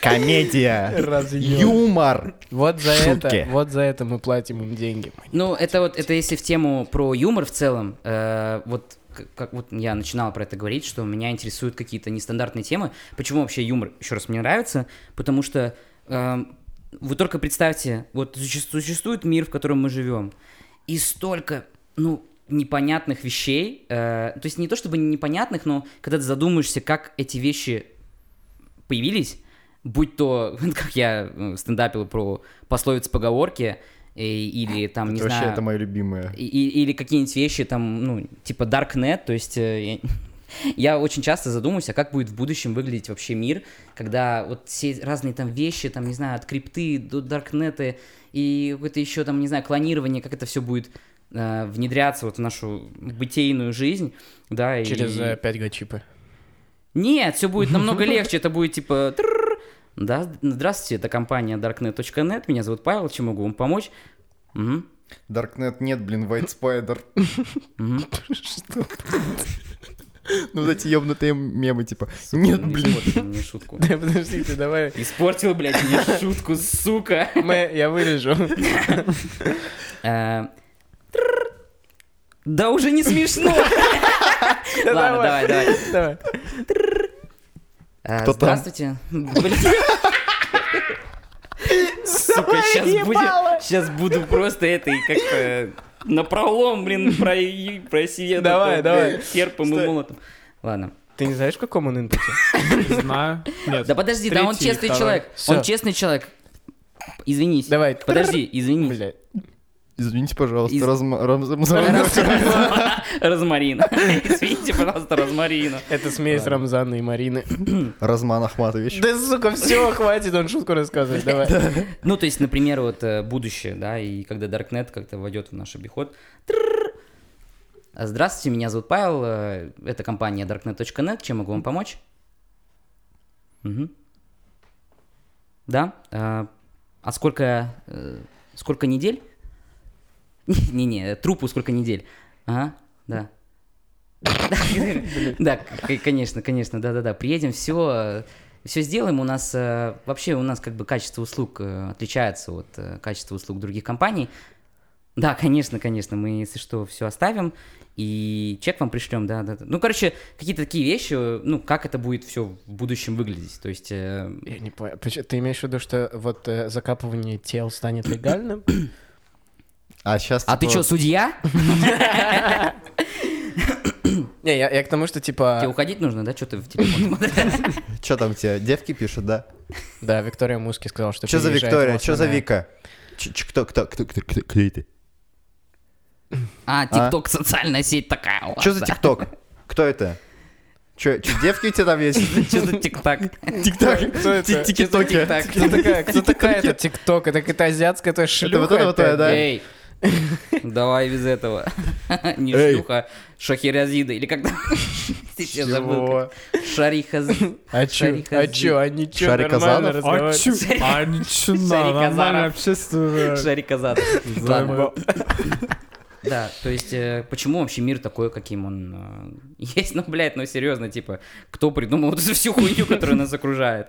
[SPEAKER 2] Комедия. Юмор.
[SPEAKER 3] Вот за
[SPEAKER 2] Шутки.
[SPEAKER 3] это, вот за это мы платим им деньги.
[SPEAKER 4] Ну, это вот, это если в тему про юмор в целом, э, вот к- как вот я начинал про это говорить, что меня интересуют какие-то нестандартные темы. Почему вообще юмор, еще раз, мне нравится? Потому что э, вы только представьте, вот суще- существует мир, в котором мы живем, и столько, ну, непонятных вещей, э, то есть не то чтобы непонятных, но когда ты задумаешься, как эти вещи появились, будь то, как я э, стендапил про пословицы-поговорки, э, или там, не
[SPEAKER 2] Это вообще
[SPEAKER 4] знаю...
[SPEAKER 2] это мое любимое.
[SPEAKER 4] И- и- или какие-нибудь вещи там, ну, типа Darknet, то есть э, я, я очень часто задумываюсь, а как будет в будущем выглядеть вообще мир, когда вот все разные там вещи, там, не знаю, от крипты до Даркнета и какое-то еще там, не знаю, клонирование, как это все будет э, внедряться вот в нашу бытийную жизнь, да, и...
[SPEAKER 3] Через э, 5 гачипы.
[SPEAKER 4] Нет, все будет намного легче, это будет типа... «Трррр». Да, здравствуйте, это компания darknet.net, меня зовут Павел, чем могу вам помочь? Мгм,
[SPEAKER 2] Darknet нет, блин, White Spider.
[SPEAKER 4] мгм.
[SPEAKER 2] Ну, вот эти ёбнутые мемы, типа, нет,
[SPEAKER 4] Не
[SPEAKER 2] блин.
[SPEAKER 4] испортил мне шутку.
[SPEAKER 3] Да подождите, давай.
[SPEAKER 4] Испортил, блядь, мне шутку, сука.
[SPEAKER 3] Мы, я вырежу.
[SPEAKER 4] Э, трррр. Да уже не смешно.
[SPEAKER 3] Да
[SPEAKER 4] Ладно, давай, давай.
[SPEAKER 3] Давай.
[SPEAKER 4] Э,
[SPEAKER 2] Кто там?
[SPEAKER 4] Здравствуйте. Блин. Сука, сейчас будет, сейчас буду просто этой как э, на пролом, блин, про про сиену,
[SPEAKER 3] Давай,
[SPEAKER 4] там,
[SPEAKER 3] давай.
[SPEAKER 4] Серпом и молотом. Ладно.
[SPEAKER 3] Ты не знаешь, в каком он инпуте?
[SPEAKER 1] Знаю. Нет.
[SPEAKER 4] Да подожди, да он
[SPEAKER 1] Третий,
[SPEAKER 4] честный
[SPEAKER 1] второй.
[SPEAKER 4] человек.
[SPEAKER 3] Всё.
[SPEAKER 4] Он честный человек. Извинись.
[SPEAKER 3] Давай.
[SPEAKER 4] Подожди, извинись.
[SPEAKER 3] Блядь.
[SPEAKER 2] Извините, пожалуйста,
[SPEAKER 4] Из-
[SPEAKER 2] разма- разм- разм-
[SPEAKER 4] Раз- Розмарина. Извините, пожалуйста, розмарина.
[SPEAKER 3] Это смесь Рамзана и Марины.
[SPEAKER 2] Разман Ахматович.
[SPEAKER 3] Да, сука, все, хватит, он шутку рассказывает, давай.
[SPEAKER 4] Ну, то есть, например, вот э, будущее, да, и когда Даркнет как-то войдет в наш обиход. Трррр. А, Здравствуйте, меня зовут Павел, э, это компания darknet.net, чем могу вам помочь? Мгм. Да? э, А сколько, э, сколько недель? Не-не, трупу сколько недель? Ага, да. Да, к- конечно, конечно, да-да-да. Приедем, все, все сделаем. У нас э, вообще у нас как бы качество услуг э, отличается от э, качества услуг других компаний. Да, конечно, конечно, мы, если что, все оставим и чек вам пришлем, да, да, да. Ну, короче, какие-то такие вещи, э, ну, как это будет все в будущем выглядеть. То есть, э,
[SPEAKER 3] Я не понял. Поч- Ты имеешь в виду, что вот э, закапывание тел станет легальным?
[SPEAKER 2] А сейчас...
[SPEAKER 4] а ты что, судья?
[SPEAKER 3] Не, я, я к тому, что
[SPEAKER 4] Тебе
[SPEAKER 3] типа...
[SPEAKER 4] уходить нужно, да? Что ты в телефон смотришь?
[SPEAKER 2] Что там тебе, девки пишут, да?
[SPEAKER 3] Да, Виктория Муски сказала, что...
[SPEAKER 2] Что за
[SPEAKER 3] переезжает
[SPEAKER 2] Виктория,
[SPEAKER 3] в
[SPEAKER 2] что за
[SPEAKER 3] Москву.
[SPEAKER 2] Вика? Ч- ч- Кто, кто, кто, кто, кто, кто это?
[SPEAKER 4] А, ТикТок, социальная сеть такая у вас,
[SPEAKER 2] Что за
[SPEAKER 4] А, да.
[SPEAKER 2] ТикТок? Кто это? Че, девки у тебя там есть?
[SPEAKER 4] Что за ТикТок?
[SPEAKER 2] Тик-так.
[SPEAKER 3] Кто это?
[SPEAKER 2] Ти- Тики-токи.
[SPEAKER 3] Так, Кто такая, кто такая эта ТикТок? Это какая-то азиатская твоя шлюха
[SPEAKER 2] вот эта вот твоя,
[SPEAKER 3] опять?
[SPEAKER 2] да?
[SPEAKER 4] Эй, давай без этого. Не
[SPEAKER 2] Эй.
[SPEAKER 4] шлюха, шахерезида, или как там? Я забыл.
[SPEAKER 3] Чего?
[SPEAKER 4] как. Шариха...
[SPEAKER 3] А чё?
[SPEAKER 4] Шарихазы.
[SPEAKER 3] А чё? А ничего,
[SPEAKER 2] Шарик
[SPEAKER 3] нормально
[SPEAKER 2] Казанов?
[SPEAKER 1] А
[SPEAKER 3] разговаривают.
[SPEAKER 1] чё? А ничего,
[SPEAKER 4] Шарик
[SPEAKER 1] нормально,
[SPEAKER 4] Азаров.
[SPEAKER 1] общественное.
[SPEAKER 4] Шариказад.
[SPEAKER 1] Заебал.
[SPEAKER 4] Да, то есть, э, почему вообще мир такой, каким он э, есть? Ну, блядь, ну серьезно, типа, кто придумал вот эту всю хуйню, которая нас окружает?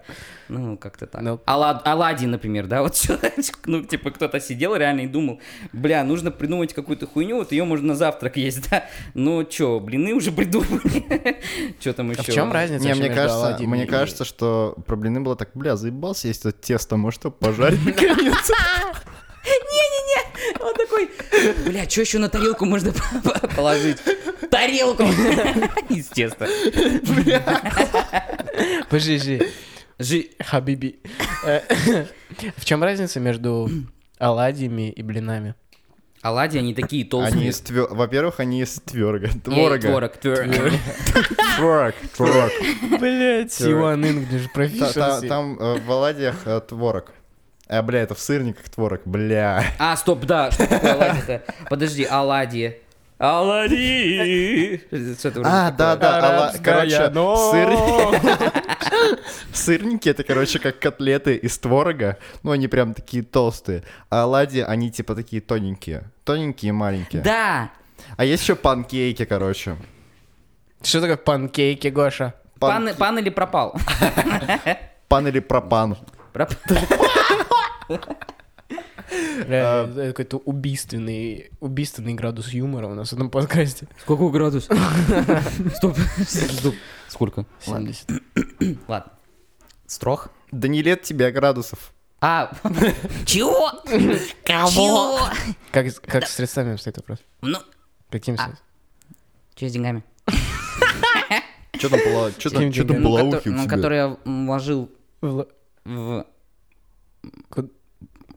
[SPEAKER 4] Ну, как-то так.
[SPEAKER 3] Ну.
[SPEAKER 4] Алла- Аладдин, например, да, вот человечек, ну, типа, кто-то сидел реально и думал, бля, нужно придумать какую-то хуйню, вот ее можно на завтрак есть, да? Ну, чё, блины уже придумали? Чё там еще?
[SPEAKER 3] А в чем разница?
[SPEAKER 2] Не,
[SPEAKER 3] вообще
[SPEAKER 2] мне
[SPEAKER 3] между
[SPEAKER 2] кажется,
[SPEAKER 3] Аладдином
[SPEAKER 2] мне
[SPEAKER 3] и-
[SPEAKER 2] кажется, что про блины было так, бля, заебался есть это тесто, может, что пожарить наконец?
[SPEAKER 4] Не-не-не! Он такой, бля, что еще на тарелку можно по- по- положить? Тарелку! Естественно.
[SPEAKER 3] Подожди,
[SPEAKER 4] Жи...
[SPEAKER 3] Хабиби. Э, В чем разница между оладьями и блинами?
[SPEAKER 4] Оладьи, они такие толстые.
[SPEAKER 2] Они из твё- Во-первых, они из тверга.
[SPEAKER 4] Я-
[SPEAKER 2] Творога.
[SPEAKER 4] Творог, творог.
[SPEAKER 2] Творог. Творог.
[SPEAKER 3] Блять, Сиван English
[SPEAKER 2] Та- та-
[SPEAKER 3] Proficiency.
[SPEAKER 2] Там э, в оладьях э, творог. А, бля, это в сырниках творог, бля.
[SPEAKER 4] А, стоп, да, что такое оладьи-то? Подожди, оладьи. Оладьи! Что-то вроде
[SPEAKER 2] А, да, да, ола-
[SPEAKER 3] Арабская
[SPEAKER 2] короче,
[SPEAKER 3] ночь.
[SPEAKER 2] сыр- сырники это, короче, как котлеты из творога, но они прям такие толстые. А оладьи, они типа такие тоненькие, тоненькие и маленькие.
[SPEAKER 4] Да!
[SPEAKER 2] А есть еще панкейки, короче.
[SPEAKER 3] Что такое панкейки, Гоша?
[SPEAKER 2] Пан,
[SPEAKER 4] Пан, пан или пропал?
[SPEAKER 2] пан или пропан.
[SPEAKER 4] Проп-
[SPEAKER 3] Бля,
[SPEAKER 2] А.
[SPEAKER 3] это Какой-то убийственный, убийственный градус юмора у нас в этом подкасте.
[SPEAKER 4] Сколько градус? Стоп. Стоп. Сколько?
[SPEAKER 3] 70.
[SPEAKER 4] Ладно. Строх?
[SPEAKER 2] Да не лет тебе, а градусов.
[SPEAKER 4] А, чего? Чего?
[SPEAKER 3] Как, как с средствами обстоит вопрос?
[SPEAKER 4] Ну,
[SPEAKER 3] Каким средством?
[SPEAKER 4] что с деньгами?
[SPEAKER 2] Че там, пла... чё там,
[SPEAKER 3] Тем
[SPEAKER 2] чё там
[SPEAKER 3] не менее.
[SPEAKER 2] полоухи
[SPEAKER 4] котор-
[SPEAKER 2] у
[SPEAKER 4] ну,
[SPEAKER 2] тебя?
[SPEAKER 4] который я вложил
[SPEAKER 3] Вла-
[SPEAKER 4] в
[SPEAKER 3] Ку-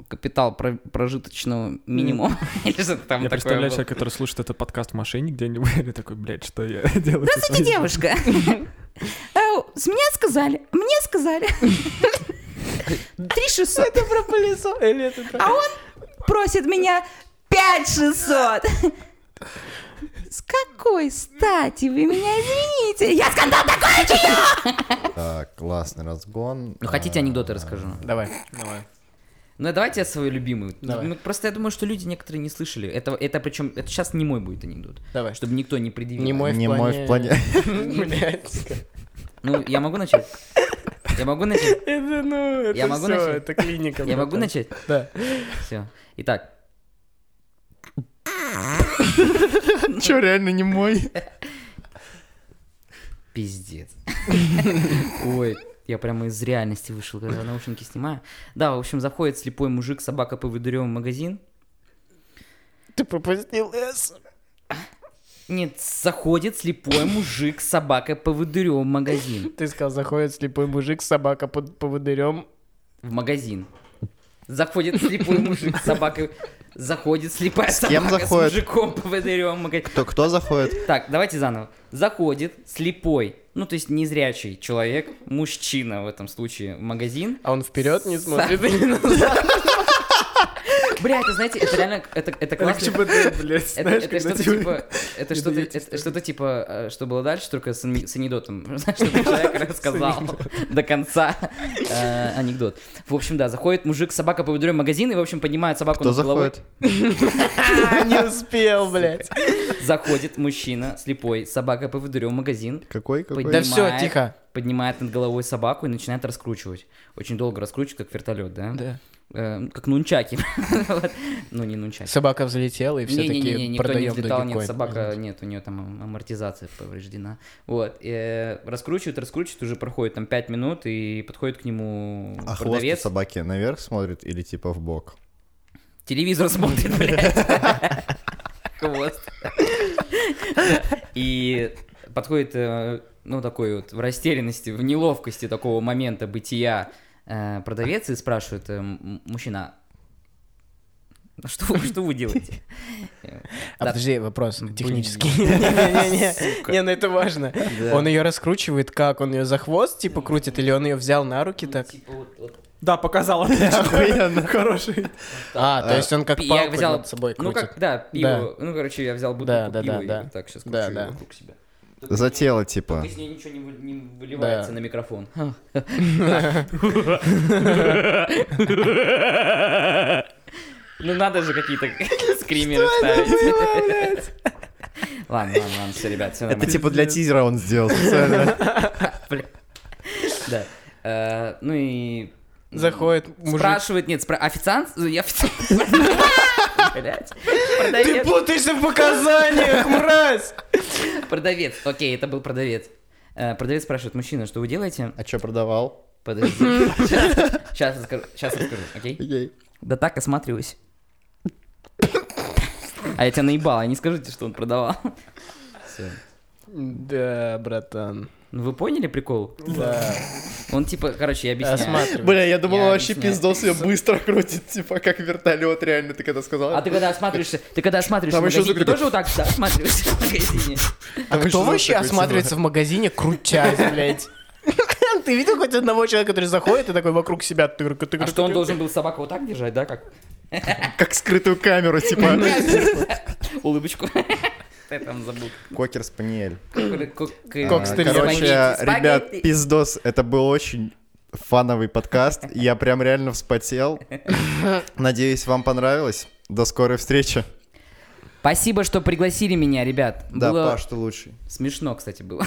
[SPEAKER 4] капитал про- прожиточного минимума. Или что-то там
[SPEAKER 1] Я
[SPEAKER 4] такое
[SPEAKER 1] представляю
[SPEAKER 4] было.
[SPEAKER 1] человека, который слушает этот подкаст в машине где-нибудь, и такой, блядь, что я делаю? со
[SPEAKER 4] Здравствуйте,
[SPEAKER 1] своей жизнью?»
[SPEAKER 4] девушка. Ау, Э, С меня сказали, мне сказали. Три шестьсот.
[SPEAKER 3] Это про пылесос или это про...
[SPEAKER 4] А он просит меня пять шестьсот. С какой стати вы меня извините? Я скандал такой
[SPEAKER 2] Так, классный разгон.
[SPEAKER 4] Ну, хотите
[SPEAKER 2] А,
[SPEAKER 4] анекдоты расскажу?
[SPEAKER 3] Давай.
[SPEAKER 1] Давай.
[SPEAKER 4] Ну, давайте я свою любимую.
[SPEAKER 3] Давай.
[SPEAKER 4] Ну, просто я думаю, что люди некоторые не слышали. Это, это причем, это сейчас не мой будет анекдот.
[SPEAKER 3] Давай.
[SPEAKER 4] Чтобы никто не предъявил.
[SPEAKER 3] Не мой в
[SPEAKER 2] Не мой в плане...
[SPEAKER 3] Блядь.
[SPEAKER 4] Ну, я могу начать? Я могу начать?
[SPEAKER 3] Это, ну, это
[SPEAKER 4] Я могу
[SPEAKER 3] всё,
[SPEAKER 4] начать?
[SPEAKER 3] это клиника.
[SPEAKER 4] Я могу
[SPEAKER 3] братан.
[SPEAKER 4] начать?
[SPEAKER 3] Да.
[SPEAKER 4] Все. Итак,
[SPEAKER 2] Че, реально не мой?
[SPEAKER 4] Пиздец. Ой, я прямо из реальности вышел, когда наушники снимаю. Да, в общем, заходит слепой мужик, собака по в магазин.
[SPEAKER 3] Ты пропустил С.
[SPEAKER 4] Нет, заходит слепой мужик с собакой по в магазин.
[SPEAKER 3] Ты сказал, заходит слепой мужик, собака под поводырем.
[SPEAKER 4] В магазин. Заходит слепой мужик с собакой. Заходит слепая
[SPEAKER 2] С кем
[SPEAKER 4] собака
[SPEAKER 2] заходит?
[SPEAKER 4] с мужиком по в магазин.
[SPEAKER 2] Кто, кто заходит?
[SPEAKER 4] Так, давайте заново. Заходит слепой, ну то есть незрячий человек, мужчина в этом случае, в магазин.
[SPEAKER 3] А он вперед не
[SPEAKER 4] С-
[SPEAKER 3] смотрит или назад.
[SPEAKER 4] Бля, это знаете, это реально, это, это
[SPEAKER 1] Это
[SPEAKER 4] классно.
[SPEAKER 1] ЧБД, блядь,
[SPEAKER 4] Это,
[SPEAKER 1] знаешь,
[SPEAKER 4] это
[SPEAKER 1] когда
[SPEAKER 4] что-то
[SPEAKER 1] тебе-
[SPEAKER 4] типа, это что-то,
[SPEAKER 1] Медведь
[SPEAKER 4] это что-то типа, э, что было дальше, только с, ани- с анекдотом, чтобы человек рассказал до конца э, анекдот. В общем, да, заходит мужик, с собака по в магазин и, в общем, поднимает собаку
[SPEAKER 2] Кто
[SPEAKER 4] над головой.
[SPEAKER 2] заходит?
[SPEAKER 3] Не успел, блядь.
[SPEAKER 4] Заходит мужчина слепой, с собакой по в магазин,
[SPEAKER 2] Какой, какой?
[SPEAKER 4] Пойдем.
[SPEAKER 3] Да все,
[SPEAKER 4] Понимает.
[SPEAKER 3] тихо.
[SPEAKER 4] поднимает над головой собаку и начинает раскручивать. Очень долго раскручивает, как вертолет, да? Э, как нунчаки. Вот. Ну, не нунчаки.
[SPEAKER 3] Собака взлетела, и все
[SPEAKER 4] Не-не-не,
[SPEAKER 3] такие
[SPEAKER 4] никто не
[SPEAKER 3] продаем
[SPEAKER 4] взлетал,
[SPEAKER 3] Dogecoin».
[SPEAKER 4] нет, собака, нет, у нее там ам- амортизация повреждена. Вот, э, раскручивают, раскручивают, уже проходит там 5 минут, и подходит к нему
[SPEAKER 2] А хвост у
[SPEAKER 4] продавец.
[SPEAKER 2] собаки наверх смотрит или типа в бок?
[SPEAKER 4] Телевизор смотрит, блядь. Хвост. И подходит, э, ну, такой вот в растерянности, в неловкости такого момента бытия э, продавец и спрашивает, э, м- мужчина, «Ну что, вы- что вы делаете?
[SPEAKER 3] А
[SPEAKER 4] Да.
[SPEAKER 3] подожди, вопрос
[SPEAKER 4] Блин.
[SPEAKER 3] технический. Не-не-не,
[SPEAKER 4] Сука.
[SPEAKER 3] не, ну это важно. Он ее раскручивает как? Он ее за хвост типа крутит или он ее взял на руки так?
[SPEAKER 4] Типа вот- вот
[SPEAKER 1] Да, показал. Охуенно. Хороший.
[SPEAKER 3] А, то есть он как
[SPEAKER 4] Пи-
[SPEAKER 3] палку над собой
[SPEAKER 4] ну
[SPEAKER 3] крутит.
[SPEAKER 4] как, да, пиво, ну короче, я взял бутылку
[SPEAKER 3] Да, да,
[SPEAKER 4] пива
[SPEAKER 3] да,
[SPEAKER 4] и
[SPEAKER 3] да.
[SPEAKER 4] вот так сейчас кручу
[SPEAKER 3] Да,
[SPEAKER 4] её
[SPEAKER 3] да.
[SPEAKER 4] вокруг себя.
[SPEAKER 2] За тело типа.
[SPEAKER 4] Только из нее ничего не, вы- не выливается
[SPEAKER 3] Да.
[SPEAKER 4] на микрофон. Ну надо же какие-то скримеры ставить. Ладно, ладно, ладно, все, ребят, все
[SPEAKER 2] Это
[SPEAKER 4] нормально.
[SPEAKER 2] типа для тизера он сделал специально.
[SPEAKER 3] типа,
[SPEAKER 4] Да. Э, Ну и...
[SPEAKER 3] Заходит мужик.
[SPEAKER 4] Спрашивает, нет, спра- официант? Ну, Я официант. Блядь.
[SPEAKER 3] Ты
[SPEAKER 4] Продавец.
[SPEAKER 3] путаешься в показаниях, мразь!
[SPEAKER 4] Продавец, окей, это был продавец. Э, Продавец спрашивает, мужчина, что вы делаете?
[SPEAKER 2] А что продавал?
[SPEAKER 4] Подожди. Сейчас расскажу, сейчас расскажу, окей?
[SPEAKER 2] Окей.
[SPEAKER 4] Да так, осматриваюсь. А я тебя наебал, а не скажите, что он продавал. Всё.
[SPEAKER 3] Да, братан.
[SPEAKER 4] Ну вы поняли прикол?
[SPEAKER 3] Да.
[SPEAKER 4] Он типа, короче, я объясняю.
[SPEAKER 3] Осматривай.
[SPEAKER 2] Бля, я
[SPEAKER 4] думал, Я вообще объясняю. пиздос
[SPEAKER 2] ее быстро крутит, типа как вертолет, реально, ты когда сказал.
[SPEAKER 4] А ты когда осматриваешься, ты когда осматриваешься
[SPEAKER 2] Там
[SPEAKER 4] в
[SPEAKER 2] ещё
[SPEAKER 4] магазине, ты
[SPEAKER 2] закрыто.
[SPEAKER 4] тоже вот так всегда осматриваешься в магазине?
[SPEAKER 3] А кто вообще осматривается в магазине, крутясь, блядь? Ты видел хоть одного человека, который заходит и такой вокруг себя тырка
[SPEAKER 4] А что он должен был собаку вот так держать, да, как
[SPEAKER 2] Как скрытую камеру, типа.
[SPEAKER 4] улыбочку? Я там забыл.
[SPEAKER 2] Кокер спаниель.
[SPEAKER 4] Кокс,
[SPEAKER 3] Кокс, ты
[SPEAKER 2] А, Короче,
[SPEAKER 4] спагетти,
[SPEAKER 2] ребят,
[SPEAKER 4] спагетти.
[SPEAKER 2] пиздос, это был очень фановый подкаст. Я прям реально вспотел. Надеюсь, вам понравилось. До скорой встречи.
[SPEAKER 4] Спасибо, что пригласили меня, ребят.
[SPEAKER 2] Да,
[SPEAKER 4] Было
[SPEAKER 2] Паш, ты лучший.
[SPEAKER 4] смешно, кстати, было.